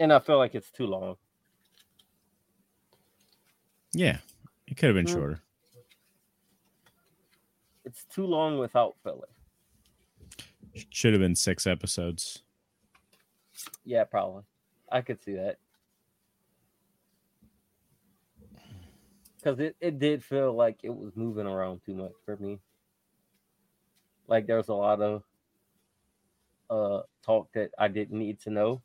[SPEAKER 4] and I feel like it's too long.
[SPEAKER 1] Yeah. It could have been
[SPEAKER 4] Mm.
[SPEAKER 1] shorter.
[SPEAKER 4] It's too long without filler.
[SPEAKER 1] Should have been six episodes.
[SPEAKER 4] Yeah, probably. I could see that. Because it, it did feel like it was moving around too much for me. Like there's a lot of uh talk that I didn't need to know.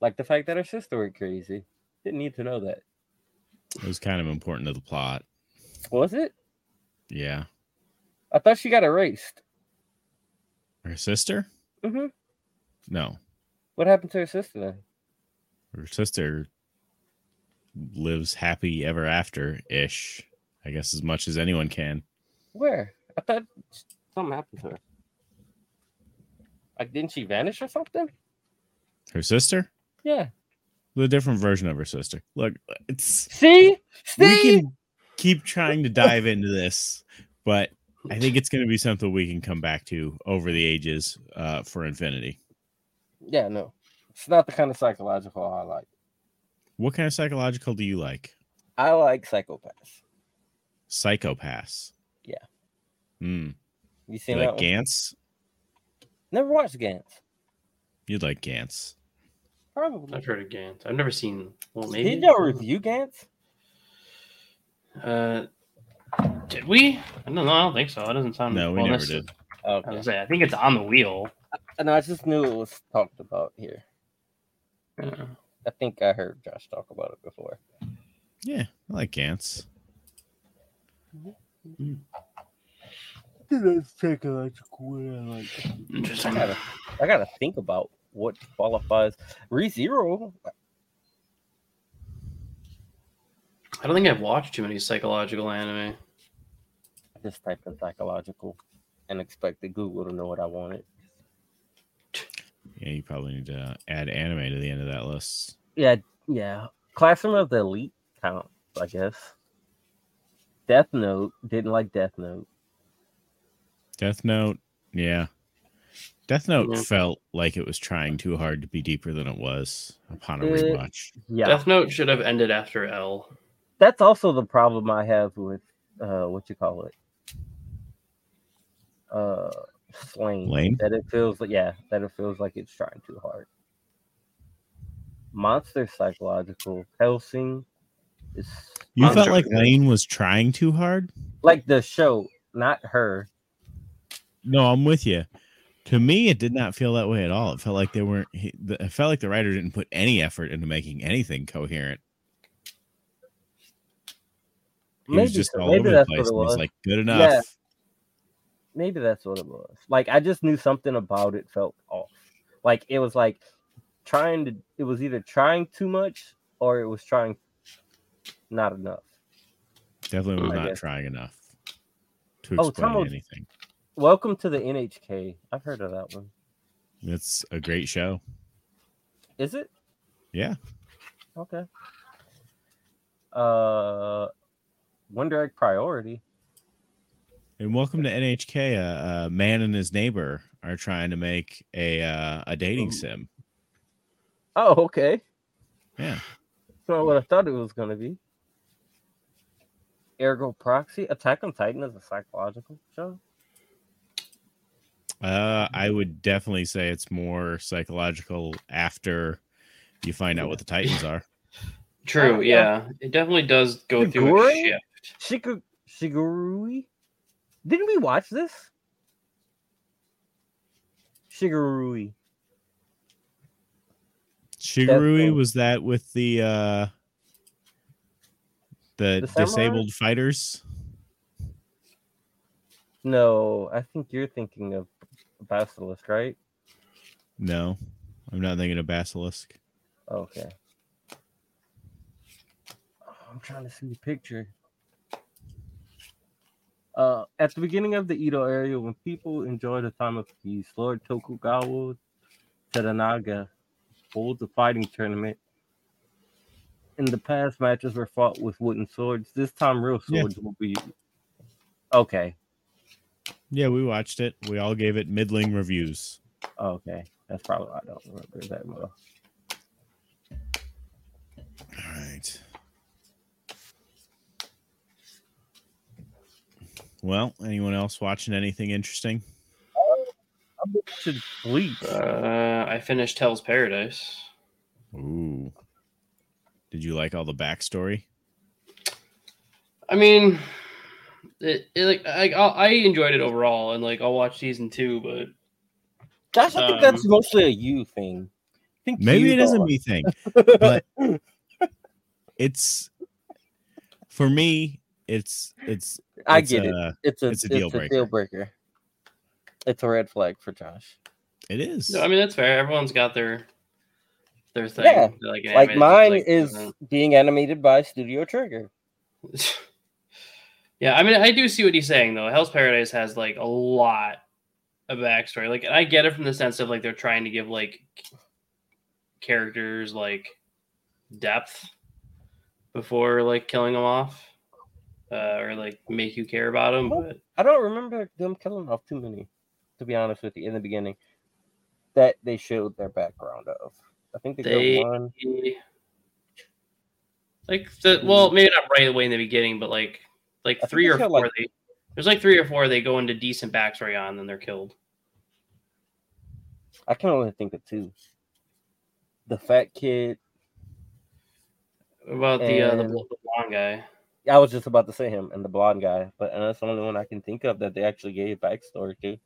[SPEAKER 4] Like the fact that her sister went crazy. Didn't need to know that.
[SPEAKER 1] It was kind of important to the plot.
[SPEAKER 4] Was it?
[SPEAKER 1] Yeah.
[SPEAKER 4] I thought she got erased.
[SPEAKER 1] Her sister?
[SPEAKER 4] hmm
[SPEAKER 1] No.
[SPEAKER 4] What happened to her sister then?
[SPEAKER 1] Her sister lives happy ever after ish. I guess as much as anyone can.
[SPEAKER 4] Where? I thought something happened to her. Like, didn't she vanish or something?
[SPEAKER 1] Her sister?
[SPEAKER 4] Yeah.
[SPEAKER 1] The different version of her sister. Look, it's
[SPEAKER 4] See?
[SPEAKER 1] we
[SPEAKER 4] See?
[SPEAKER 1] can keep trying to dive into this, but I think it's going to be something we can come back to over the ages uh, for infinity.
[SPEAKER 4] Yeah, no. It's not the kind of psychological I like.
[SPEAKER 1] What kind of psychological do you like?
[SPEAKER 4] I like psychopaths.
[SPEAKER 1] Psychopaths.
[SPEAKER 4] Yeah.
[SPEAKER 1] Mm.
[SPEAKER 4] You
[SPEAKER 1] You
[SPEAKER 4] seen
[SPEAKER 1] like
[SPEAKER 4] that one?
[SPEAKER 1] Gantz?
[SPEAKER 4] Never watched Gantz.
[SPEAKER 1] You'd like Gantz.
[SPEAKER 4] Probably.
[SPEAKER 2] I've heard of Gantz. I've never seen. Well, maybe.
[SPEAKER 4] Did y'all review Gantz?
[SPEAKER 2] Uh, did we? I don't know. I don't think so. It doesn't sound.
[SPEAKER 1] No, we
[SPEAKER 2] well,
[SPEAKER 1] never
[SPEAKER 2] unless-
[SPEAKER 1] did.
[SPEAKER 2] I
[SPEAKER 4] Okay.
[SPEAKER 2] was say, I think it's on the wheel.
[SPEAKER 4] And I just knew it was talked about here.
[SPEAKER 2] Yeah.
[SPEAKER 4] I think I heard Josh talk about it before.
[SPEAKER 1] Yeah, I like Gantz.
[SPEAKER 4] That's psychological. I like. I
[SPEAKER 2] Interesting.
[SPEAKER 4] gotta, I gotta think about what qualifies. ReZero.
[SPEAKER 2] I don't think I've watched too many psychological anime.
[SPEAKER 4] I just type in psychological and expected Google to know what I wanted.
[SPEAKER 1] Yeah, you probably need to add anime to the end of that list.
[SPEAKER 4] Yeah, yeah. Classroom of the Elite counts, I guess. Death Note didn't like Death Note.
[SPEAKER 1] Death Note. Yeah. Death Note
[SPEAKER 2] Yeah.
[SPEAKER 1] felt like it was trying too hard to be deeper than it was upon a
[SPEAKER 4] Uh,
[SPEAKER 1] rewatch.
[SPEAKER 4] Yeah,
[SPEAKER 2] Death Note should have ended after L.
[SPEAKER 4] that's also the problem I have with uh, what you call it, uh, Slain.
[SPEAKER 1] Lame?
[SPEAKER 4] That it feels like yeah, that it feels like it's trying too hard. Monster psychological Helsing is
[SPEAKER 1] You felt
[SPEAKER 2] Monster.
[SPEAKER 1] like Lane was trying too hard?
[SPEAKER 4] like the show, not her.
[SPEAKER 1] No, I'm with you. To me, it did not feel that way at all. It felt like they weren't. He, the, it felt like the writer didn't put any effort into making anything coherent. He was
[SPEAKER 4] Maybe
[SPEAKER 1] just
[SPEAKER 4] so.
[SPEAKER 1] all
[SPEAKER 4] Maybe
[SPEAKER 1] over the
[SPEAKER 4] that's
[SPEAKER 1] place.
[SPEAKER 4] what it
[SPEAKER 1] And he's
[SPEAKER 4] was.
[SPEAKER 1] like, good enough.
[SPEAKER 4] Yeah. maybe that's what it was. Like I just knew something about it felt off. Like it was like trying to it was either trying too much or it was trying not enough.
[SPEAKER 1] Definitely was
[SPEAKER 4] I
[SPEAKER 1] not
[SPEAKER 4] guess.
[SPEAKER 1] trying enough to
[SPEAKER 4] Oh,
[SPEAKER 1] explain
[SPEAKER 4] Tunnel-
[SPEAKER 1] anything.
[SPEAKER 4] Welcome to the NHK. I've heard of that one.
[SPEAKER 1] It's a great show.
[SPEAKER 4] Is it?
[SPEAKER 1] Yeah.
[SPEAKER 4] Okay. Uh Wonder Egg Priority.
[SPEAKER 1] And welcome to NHK. A, a uh, man and his neighbor are trying to make a uh, a dating sim.
[SPEAKER 4] Oh, okay.
[SPEAKER 1] Yeah.
[SPEAKER 4] It's not what I thought it was gonna be. Ergo Proxy. Attack on Titan is a psychological show.
[SPEAKER 1] Uh, I would definitely say it's more psychological after you find out what the Titans are.
[SPEAKER 2] True.
[SPEAKER 4] Oh, yeah.
[SPEAKER 2] yeah. it definitely does go
[SPEAKER 4] The
[SPEAKER 2] through
[SPEAKER 4] gore?
[SPEAKER 2] a shift.
[SPEAKER 4] Shiku Shigurui? Didn't we watch this? Shigurui.
[SPEAKER 1] Shigurui
[SPEAKER 4] Definitely.
[SPEAKER 1] was that with the uh the,
[SPEAKER 4] The samurai?
[SPEAKER 1] disabled fighters?
[SPEAKER 4] No, I think you're thinking of Basilisk, right?
[SPEAKER 1] No, I'm not thinking of Basilisk.
[SPEAKER 4] Okay. Oh, I'm trying to see the picture. Uh, at the beginning of the Edo era, when people enjoyed a time of peace, Lord Tokugawa Tadanaga holds a fighting tournament. In the past, matches were fought with wooden swords. This time, real
[SPEAKER 1] Yeah.
[SPEAKER 4] swords will be. Okay.
[SPEAKER 1] Yeah, we watched it. We all gave it middling reviews.
[SPEAKER 4] Okay. That's probably why I don't remember that well.
[SPEAKER 1] All right. Well, anyone else watching anything interesting?
[SPEAKER 4] I'm to sleep.
[SPEAKER 2] Uh, I finished Hell's Paradise.
[SPEAKER 1] Ooh. Did you like all the backstory?
[SPEAKER 2] I mean, it, it like I, I'll- I enjoyed it overall, and like I'll watch season two, but
[SPEAKER 4] That's, I think that's
[SPEAKER 2] Um,
[SPEAKER 4] mostly a you thing. I think
[SPEAKER 1] Maybe
[SPEAKER 4] you
[SPEAKER 1] it isn't
[SPEAKER 4] are-
[SPEAKER 1] me thing, but it's for me. It's it's.
[SPEAKER 4] I
[SPEAKER 1] it's,
[SPEAKER 4] get it.
[SPEAKER 1] uh,
[SPEAKER 4] It's a
[SPEAKER 1] it's
[SPEAKER 4] it's
[SPEAKER 1] a
[SPEAKER 4] a
[SPEAKER 1] deal
[SPEAKER 4] deal,
[SPEAKER 1] breaker.
[SPEAKER 4] breaker. It's a red flag for Josh.
[SPEAKER 1] It is.
[SPEAKER 2] no, I mean that's fair. Everyone's got their their thing.
[SPEAKER 4] Yeah,
[SPEAKER 2] They're, Like, "Eh, an
[SPEAKER 4] Like
[SPEAKER 2] animated,
[SPEAKER 4] mine
[SPEAKER 2] like,
[SPEAKER 4] is
[SPEAKER 2] isn't-
[SPEAKER 4] being animated by Studio Trigger.
[SPEAKER 2] yeah, I mean, I do see what he's saying though. Hell's Paradise has like a lot of backstory. Like, and I get it from the sense of like they're trying to give like c- characters like depth before like killing them off, uh, or like make you care about them. But
[SPEAKER 4] I don't remember them killing off too many, to be honest with you, in the beginning that they showed their background of. I think they,
[SPEAKER 2] They-
[SPEAKER 4] got one.
[SPEAKER 2] like the well, maybe not right away in the beginning, but like like
[SPEAKER 4] Hmm. I think
[SPEAKER 2] three
[SPEAKER 4] they
[SPEAKER 2] or
[SPEAKER 4] said,
[SPEAKER 2] four.
[SPEAKER 4] like-
[SPEAKER 2] they there's like three or four they go into decent backstory on, then they're killed.
[SPEAKER 4] I can only think of two. The fat kid.
[SPEAKER 2] What about the uh, the
[SPEAKER 4] And-
[SPEAKER 2] bl- the blonde guy?
[SPEAKER 4] I was just about to say him and the blonde guy, but and that's the only one I can think of that they actually gave backstory to.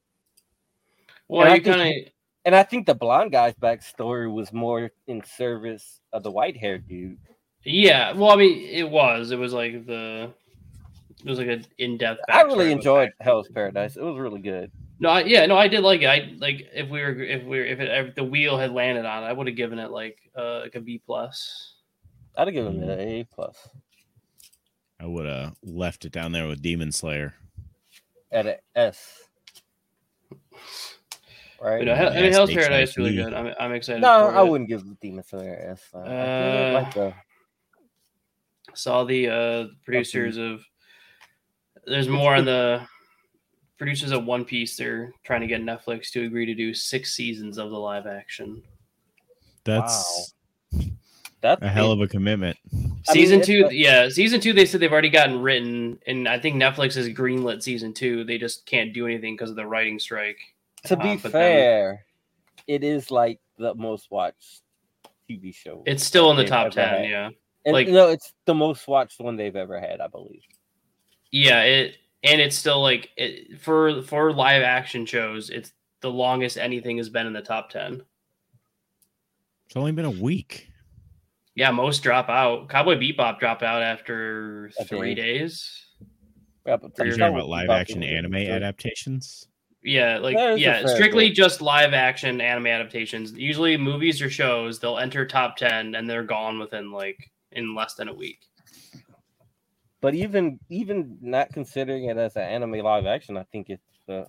[SPEAKER 2] Well,
[SPEAKER 4] And I
[SPEAKER 2] you
[SPEAKER 4] think-
[SPEAKER 2] kind of
[SPEAKER 4] And I think the blonde guy's backstory was more in service of the white haired dude.
[SPEAKER 2] yeah. Well, I mean, it was it was like the it was like an in depth.
[SPEAKER 4] I really enjoyed Hell's Paradise. It was really good.
[SPEAKER 2] No, I, yeah, no, I did like it. I like if we were if we were, if, it, if the wheel had landed on it, I would have given it like uh, like a B plus.
[SPEAKER 4] I'd give
[SPEAKER 2] Mm.
[SPEAKER 4] him an A plus
[SPEAKER 1] I would have left it down there with Demon Slayer.
[SPEAKER 4] at an S.
[SPEAKER 2] But
[SPEAKER 4] Right?
[SPEAKER 2] no, Hell, I mean,
[SPEAKER 1] Yes,
[SPEAKER 2] Hell's
[SPEAKER 1] H-I-P.
[SPEAKER 2] Paradise is really good. I'm, I'm excited.
[SPEAKER 4] No,
[SPEAKER 2] for
[SPEAKER 4] I
[SPEAKER 2] it.
[SPEAKER 4] wouldn't give Demon Slayer an S. though. I didn't
[SPEAKER 2] Uh,
[SPEAKER 4] like the-
[SPEAKER 2] Saw the uh, producers of. There's more on the producers of One Piece. They're trying to get Netflix to agree to do six seasons of the live action.
[SPEAKER 1] That's
[SPEAKER 4] that's
[SPEAKER 1] a hell of a commitment.
[SPEAKER 4] I mean,
[SPEAKER 2] season
[SPEAKER 4] it's
[SPEAKER 2] two,
[SPEAKER 4] a-
[SPEAKER 2] yeah, season two. They said they've already gotten written, and I think Netflix has greenlit season two. They just can't do anything because of the writing strike.
[SPEAKER 4] to be
[SPEAKER 2] uh, but then-
[SPEAKER 4] fair, it is like the most watched TV show.
[SPEAKER 2] It's still in the
[SPEAKER 4] They've
[SPEAKER 2] top
[SPEAKER 4] never
[SPEAKER 2] ten.
[SPEAKER 4] had.
[SPEAKER 2] Yeah,
[SPEAKER 4] And,
[SPEAKER 2] like-
[SPEAKER 4] no, it's the most watched one they've ever had, I believe.
[SPEAKER 2] yeah. It and it's still like it, for for live action shows, it's the longest anything has been in the top ten.
[SPEAKER 1] It's only been a week.
[SPEAKER 2] Yeah, most drop out. Cowboy Bebop dropped out after
[SPEAKER 4] A
[SPEAKER 2] three days.
[SPEAKER 4] Yeah, but
[SPEAKER 1] Are you
[SPEAKER 2] You're
[SPEAKER 1] talking about live action anime adaptations?
[SPEAKER 2] Yeah, like
[SPEAKER 4] That is a
[SPEAKER 2] yeah,
[SPEAKER 4] fair
[SPEAKER 2] strictly
[SPEAKER 4] point.
[SPEAKER 2] just live action anime adaptations. Usually movies or shows, they'll enter top ten and they're gone within like in less than a week.
[SPEAKER 4] But even even not considering it as an anime live action, I think it's the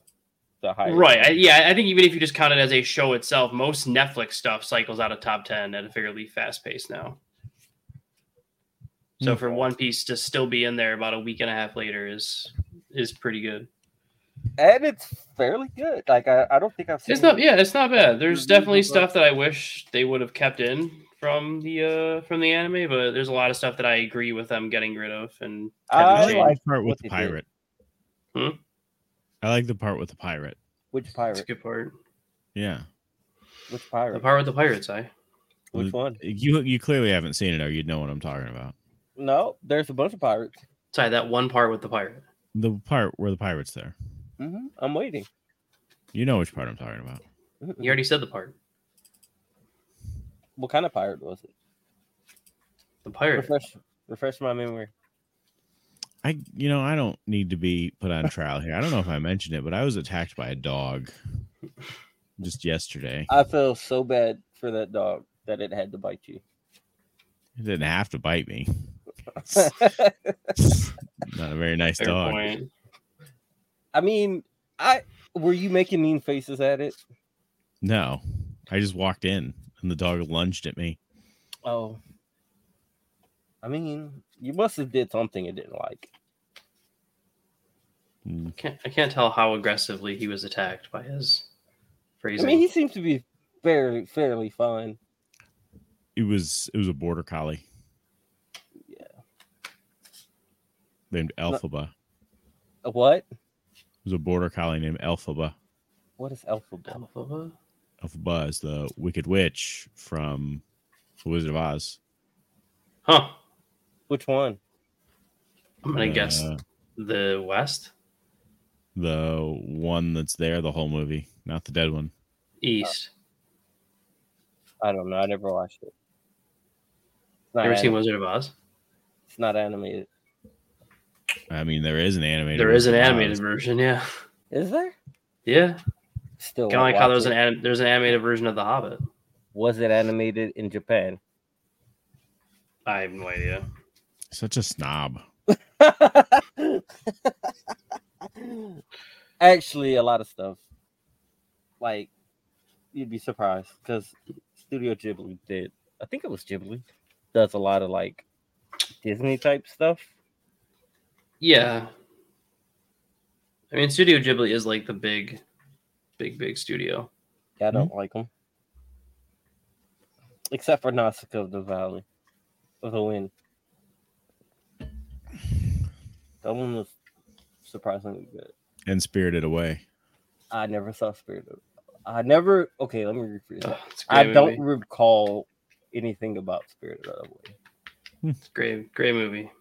[SPEAKER 4] the highest.
[SPEAKER 2] Right. I, yeah, I think even if you just count it as a show itself, most Netflix stuff cycles out of top ten at a fairly fast pace now. So for One Piece to still be in there about a week and a half later is is pretty good.
[SPEAKER 4] and it's fairly good. Like I, I don't think I've seen.
[SPEAKER 2] It's not yeah, it's not bad. There's
[SPEAKER 3] Mhm,
[SPEAKER 2] definitely
[SPEAKER 3] mhm.
[SPEAKER 2] stuff that I wish they would have kept in from the uh from the anime, but there's a lot of stuff that I agree with them getting rid of and
[SPEAKER 4] I
[SPEAKER 2] having
[SPEAKER 1] I
[SPEAKER 2] changed.
[SPEAKER 1] like
[SPEAKER 4] like
[SPEAKER 1] the part
[SPEAKER 4] what
[SPEAKER 1] with the
[SPEAKER 4] they did.
[SPEAKER 1] pirate.
[SPEAKER 2] Hmm?
[SPEAKER 1] I like the part with the pirate.
[SPEAKER 4] which
[SPEAKER 2] That's a
[SPEAKER 4] pirate?
[SPEAKER 2] good part.
[SPEAKER 1] Yeah,
[SPEAKER 4] Which
[SPEAKER 2] The
[SPEAKER 4] pirate?
[SPEAKER 2] part with the pirates, I
[SPEAKER 4] Which one?
[SPEAKER 1] you you clearly haven't seen it, or you'd know what I'm talking about.
[SPEAKER 4] No, there's a bunch of pirates.
[SPEAKER 2] sorry, that one part with the pirate.
[SPEAKER 1] The part where the pirates there.
[SPEAKER 4] hmm I'm waiting.
[SPEAKER 1] You know which part I'm talking about.
[SPEAKER 2] You already said the part.
[SPEAKER 4] What kind of pirate was it?
[SPEAKER 2] The pirate.
[SPEAKER 4] Refresh, refresh my memory.
[SPEAKER 1] I you know I don't need to be put on trial here. I don't know if I mentioned it, but I was attacked by a dog just yesterday.
[SPEAKER 4] I feel so bad for that dog that it had to bite you.
[SPEAKER 1] It didn't have to bite me.
[SPEAKER 4] I
[SPEAKER 1] Not a very nice
[SPEAKER 2] Fair
[SPEAKER 1] dog.
[SPEAKER 2] point.
[SPEAKER 4] mean, I were you making mean faces at it?
[SPEAKER 1] No, I just walked in and the dog lunged at me.
[SPEAKER 4] Oh, I mean, you must have did something it didn't like.
[SPEAKER 1] Mm,
[SPEAKER 2] Can't, I can't tell how aggressively he was attacked by his
[SPEAKER 4] I
[SPEAKER 2] phrasing.
[SPEAKER 4] mean, he seems to be fairly fairly fine.
[SPEAKER 1] It was it was a border collie.
[SPEAKER 4] Yeah.
[SPEAKER 1] Named Alphaba.
[SPEAKER 4] A What?
[SPEAKER 1] There's a border collie named Elphaba.
[SPEAKER 4] What is Elphaba?
[SPEAKER 1] Elphaba is the Wicked Witch from The Wizard of Oz.
[SPEAKER 2] Huh.
[SPEAKER 4] Which one?
[SPEAKER 2] I'm gonna guess
[SPEAKER 1] Uh,
[SPEAKER 2] the West,
[SPEAKER 1] the one that's there the whole movie, not the dead one.
[SPEAKER 2] East.
[SPEAKER 4] I don't know. I never watched it. It's
[SPEAKER 2] You
[SPEAKER 4] not,
[SPEAKER 2] Ever seen
[SPEAKER 4] anim-
[SPEAKER 2] Wizard of Oz?
[SPEAKER 4] it's not animated.
[SPEAKER 1] I mean, there is an animated.
[SPEAKER 2] There is an
[SPEAKER 1] Wizard of
[SPEAKER 2] animated
[SPEAKER 1] Oz.
[SPEAKER 2] version. Yeah.
[SPEAKER 4] Is there?
[SPEAKER 2] Yeah.
[SPEAKER 4] Still.
[SPEAKER 2] Kind of like how
[SPEAKER 4] watch
[SPEAKER 2] there's an
[SPEAKER 4] it.
[SPEAKER 2] anim- there's an animated version of The Hobbit.
[SPEAKER 4] Was it animated in Japan?
[SPEAKER 2] I have no idea.
[SPEAKER 1] Such a snob.
[SPEAKER 4] Actually, a lot of stuff. Like, you'd be surprised because Studio Ghibli did. I think it was Ghibli. Does a lot of like Disney type stuff.
[SPEAKER 2] Yeah. I mean, Studio Ghibli is like the big, big, big studio.
[SPEAKER 4] Yeah, I don't
[SPEAKER 2] Mm-hmm.
[SPEAKER 4] like them. Except for Nausicaa of the Valley of the Wind. That one was surprisingly good.
[SPEAKER 1] And Spirited Away.
[SPEAKER 4] I never saw Spirit of. I never. Okay, let me rephrase that.
[SPEAKER 2] Ugh, it's a great
[SPEAKER 4] I
[SPEAKER 2] movie.
[SPEAKER 4] don't recall anything about Spirit of the Way.
[SPEAKER 2] It's a great, great movie.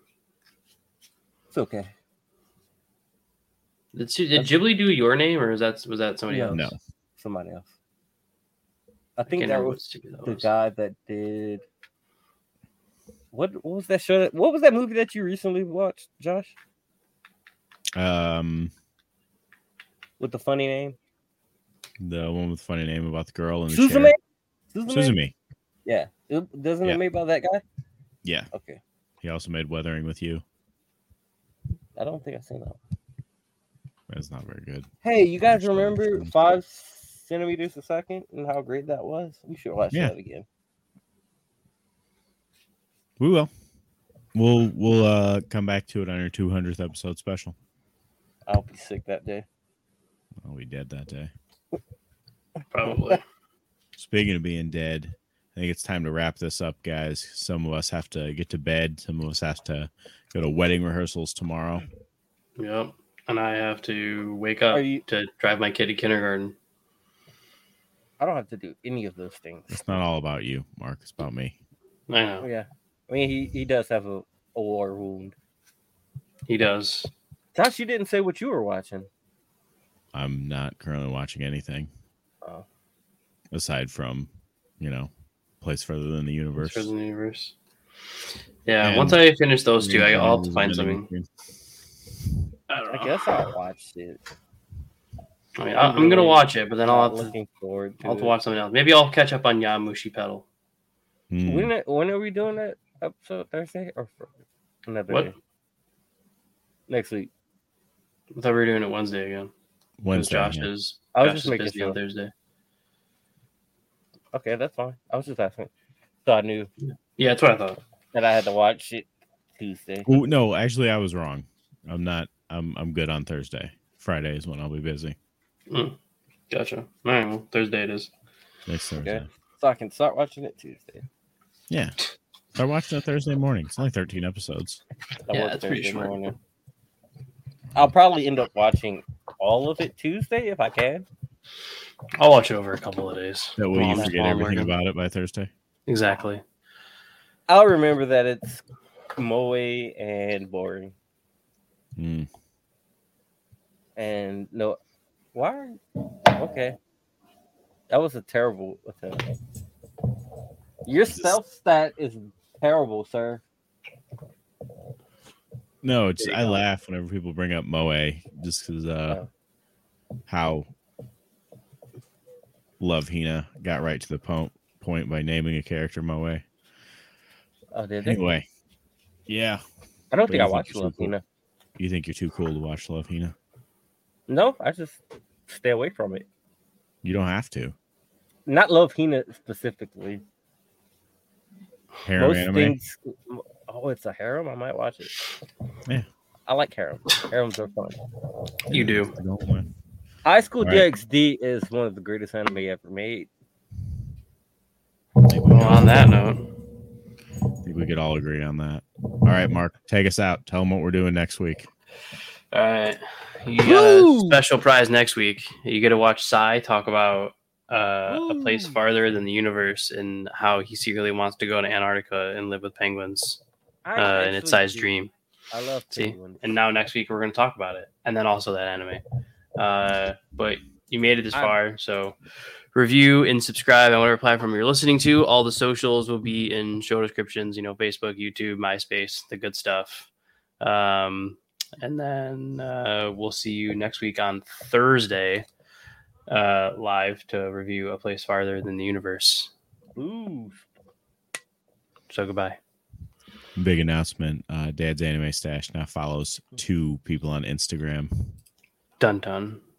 [SPEAKER 4] It's okay.
[SPEAKER 2] Did, Stu- did Ghibli do your name, or is that was that somebody
[SPEAKER 4] No.
[SPEAKER 2] else?
[SPEAKER 1] No.
[SPEAKER 4] Somebody else. I
[SPEAKER 2] I
[SPEAKER 4] think
[SPEAKER 2] can't
[SPEAKER 4] that
[SPEAKER 2] remember what
[SPEAKER 4] was
[SPEAKER 2] studio that
[SPEAKER 4] the
[SPEAKER 2] was.
[SPEAKER 4] guy that did. What, what was that show? That, what was that movie that you recently watched, Josh?
[SPEAKER 1] Um,
[SPEAKER 4] With the funny name?
[SPEAKER 1] the one with the funny name about the girl and the
[SPEAKER 4] Susan
[SPEAKER 1] chair.
[SPEAKER 4] Susan
[SPEAKER 1] Suzume.
[SPEAKER 4] Yeah. It- Doesn't
[SPEAKER 1] Yeah.
[SPEAKER 4] it made by that guy?
[SPEAKER 1] Yeah,
[SPEAKER 4] Okay.
[SPEAKER 1] he also made Weathering with You.
[SPEAKER 4] I don't think I've seen that. one.
[SPEAKER 1] That's not very good.
[SPEAKER 4] Hey, you guys
[SPEAKER 1] Actually, I've
[SPEAKER 4] remember
[SPEAKER 1] seen-
[SPEAKER 4] five centimeters a second and how great that was? We should watch
[SPEAKER 1] Yeah.
[SPEAKER 4] that again.
[SPEAKER 1] We will. We'll we'll uh come back to it on our 200th episode special.
[SPEAKER 4] I'll be sick that day.
[SPEAKER 1] Oh, we dead that day.
[SPEAKER 2] Probably.
[SPEAKER 1] Speaking of being dead, I think it's time to wrap this up, guys. Some of us have to get to bed. Some of us have to go to wedding rehearsals tomorrow.
[SPEAKER 2] yep. And I have to wake up
[SPEAKER 4] Are you-
[SPEAKER 2] to drive my kid to kindergarten.
[SPEAKER 4] I don't have to do any of those things. Oh,
[SPEAKER 1] It's not all about you, Mark. It's about me.
[SPEAKER 2] I know
[SPEAKER 4] Yeah. I mean, he, he does have a, a war wound.
[SPEAKER 2] he does.
[SPEAKER 4] Josh, you didn't say what you were watching.
[SPEAKER 1] I'm not currently watching anything. Uh.
[SPEAKER 4] Oh.
[SPEAKER 1] Aside from, you know, place further than the universe.
[SPEAKER 2] Frozen Universe. Yeah.
[SPEAKER 1] And-
[SPEAKER 2] once I finish those two, I,
[SPEAKER 1] Green
[SPEAKER 2] I'll
[SPEAKER 1] Candles
[SPEAKER 2] have
[SPEAKER 1] is
[SPEAKER 2] to find
[SPEAKER 1] another
[SPEAKER 2] something.
[SPEAKER 1] good
[SPEAKER 2] I don't know.
[SPEAKER 4] I guess I'll watch it.
[SPEAKER 2] I mean, I- I'm gonna
[SPEAKER 4] really
[SPEAKER 2] watch it, but then I'll
[SPEAKER 4] Not
[SPEAKER 2] have to,
[SPEAKER 4] looking forward to
[SPEAKER 2] I'll have to
[SPEAKER 4] it.
[SPEAKER 2] watch something else. Maybe I'll catch up on Yamushi Pedal.
[SPEAKER 1] thing. Mm.
[SPEAKER 4] When, are- when are we doing that episode? Thursday or Friday? Another
[SPEAKER 2] What?
[SPEAKER 4] day. Next week.
[SPEAKER 2] I thought we were doing it Wednesday again. Because
[SPEAKER 1] Wednesday.
[SPEAKER 2] Josh
[SPEAKER 1] yeah.
[SPEAKER 2] is
[SPEAKER 4] I was
[SPEAKER 2] Josh
[SPEAKER 4] just
[SPEAKER 2] is
[SPEAKER 4] making
[SPEAKER 2] busy on
[SPEAKER 4] sure.
[SPEAKER 2] Thursday.
[SPEAKER 4] Okay, that's fine. I was just asking. So I knew
[SPEAKER 2] Yeah, that's what I thought.
[SPEAKER 4] that I had to watch it Tuesday.
[SPEAKER 1] Oh, no, actually, I was wrong. I'm not. I'm I'm good on Thursday. Friday is when I'll be busy.
[SPEAKER 2] Gotcha. All right, well, Thursday it is.
[SPEAKER 1] Next Thursday.
[SPEAKER 4] Okay. So I can start watching it Tuesday.
[SPEAKER 1] Yeah. Start watching it Thursday morning. It's only 13 episodes.
[SPEAKER 4] I
[SPEAKER 2] Yeah,
[SPEAKER 4] work
[SPEAKER 2] that's pretty
[SPEAKER 4] Thursday
[SPEAKER 2] short.
[SPEAKER 4] morning. I'll probably end up watching all of it Tuesday if I can.
[SPEAKER 2] I'll watch it over a couple of days.
[SPEAKER 1] That way
[SPEAKER 2] While
[SPEAKER 1] you
[SPEAKER 2] I'm-
[SPEAKER 1] forget
[SPEAKER 2] while I'm
[SPEAKER 1] everything
[SPEAKER 2] working.
[SPEAKER 1] about it by Thursday.
[SPEAKER 2] Exactly.
[SPEAKER 4] I'll remember that it's moe and boring.
[SPEAKER 1] Mm.
[SPEAKER 4] And no, why? Okay, that was a terrible attempt. Your self stat is terrible, sir.
[SPEAKER 1] No, it's
[SPEAKER 2] There you
[SPEAKER 1] I
[SPEAKER 2] go.
[SPEAKER 1] laugh whenever people bring up Moe just because uh,
[SPEAKER 2] Oh.
[SPEAKER 1] how Love Hina got right to the po- point by naming a character Moe.
[SPEAKER 4] Oh, did they?
[SPEAKER 1] Anyway, yeah,
[SPEAKER 4] I don't think
[SPEAKER 1] Brings
[SPEAKER 4] I
[SPEAKER 1] up
[SPEAKER 4] watched
[SPEAKER 1] some cool-
[SPEAKER 4] Latina.
[SPEAKER 1] you think you're too cool to watch Love Hina?
[SPEAKER 4] No, I just stay away from it.
[SPEAKER 1] You don't have to.
[SPEAKER 4] Not Love Hina specifically.
[SPEAKER 1] Harem
[SPEAKER 4] Most
[SPEAKER 1] anime.
[SPEAKER 4] things. Oh, it's a harem. I might watch it.
[SPEAKER 1] Yeah.
[SPEAKER 4] I like harem. Harems are fun.
[SPEAKER 2] You do.
[SPEAKER 1] I don't want-
[SPEAKER 4] High School
[SPEAKER 1] All right.
[SPEAKER 4] DxD is one of the greatest anime ever made.
[SPEAKER 2] Well, on that note,
[SPEAKER 1] I think we could all agree on that. All right, Mark, take us out. Tell them what we're doing next week.
[SPEAKER 2] All right. You got a
[SPEAKER 4] Woo!
[SPEAKER 2] special prize next week. You get to watch Psy talk about uh, a place
[SPEAKER 4] Woo!
[SPEAKER 2] farther than the universe and how he secretly wants to go to Antarctica and live with penguins
[SPEAKER 4] I
[SPEAKER 2] uh, in its
[SPEAKER 4] actually
[SPEAKER 2] Psy's
[SPEAKER 4] do.
[SPEAKER 2] dream.
[SPEAKER 4] I love
[SPEAKER 2] See?
[SPEAKER 4] penguins.
[SPEAKER 2] And now next week, we're going to talk about it. And then also that anime. Uh, but you made it this
[SPEAKER 4] I'm-
[SPEAKER 2] far. So review and subscribe on whatever platform you're listening to. All the socials will be in show descriptions, you know, Facebook, YouTube, MySpace, the good stuff. Um, and then uh, we'll see you next week on Thursday uh, live to review A Place Farther Than the Universe.
[SPEAKER 4] Ooh,
[SPEAKER 2] So goodbye.
[SPEAKER 1] Big announcement. Uh, Dad's anime stash now follows two people on Instagram.
[SPEAKER 2] Dun dun.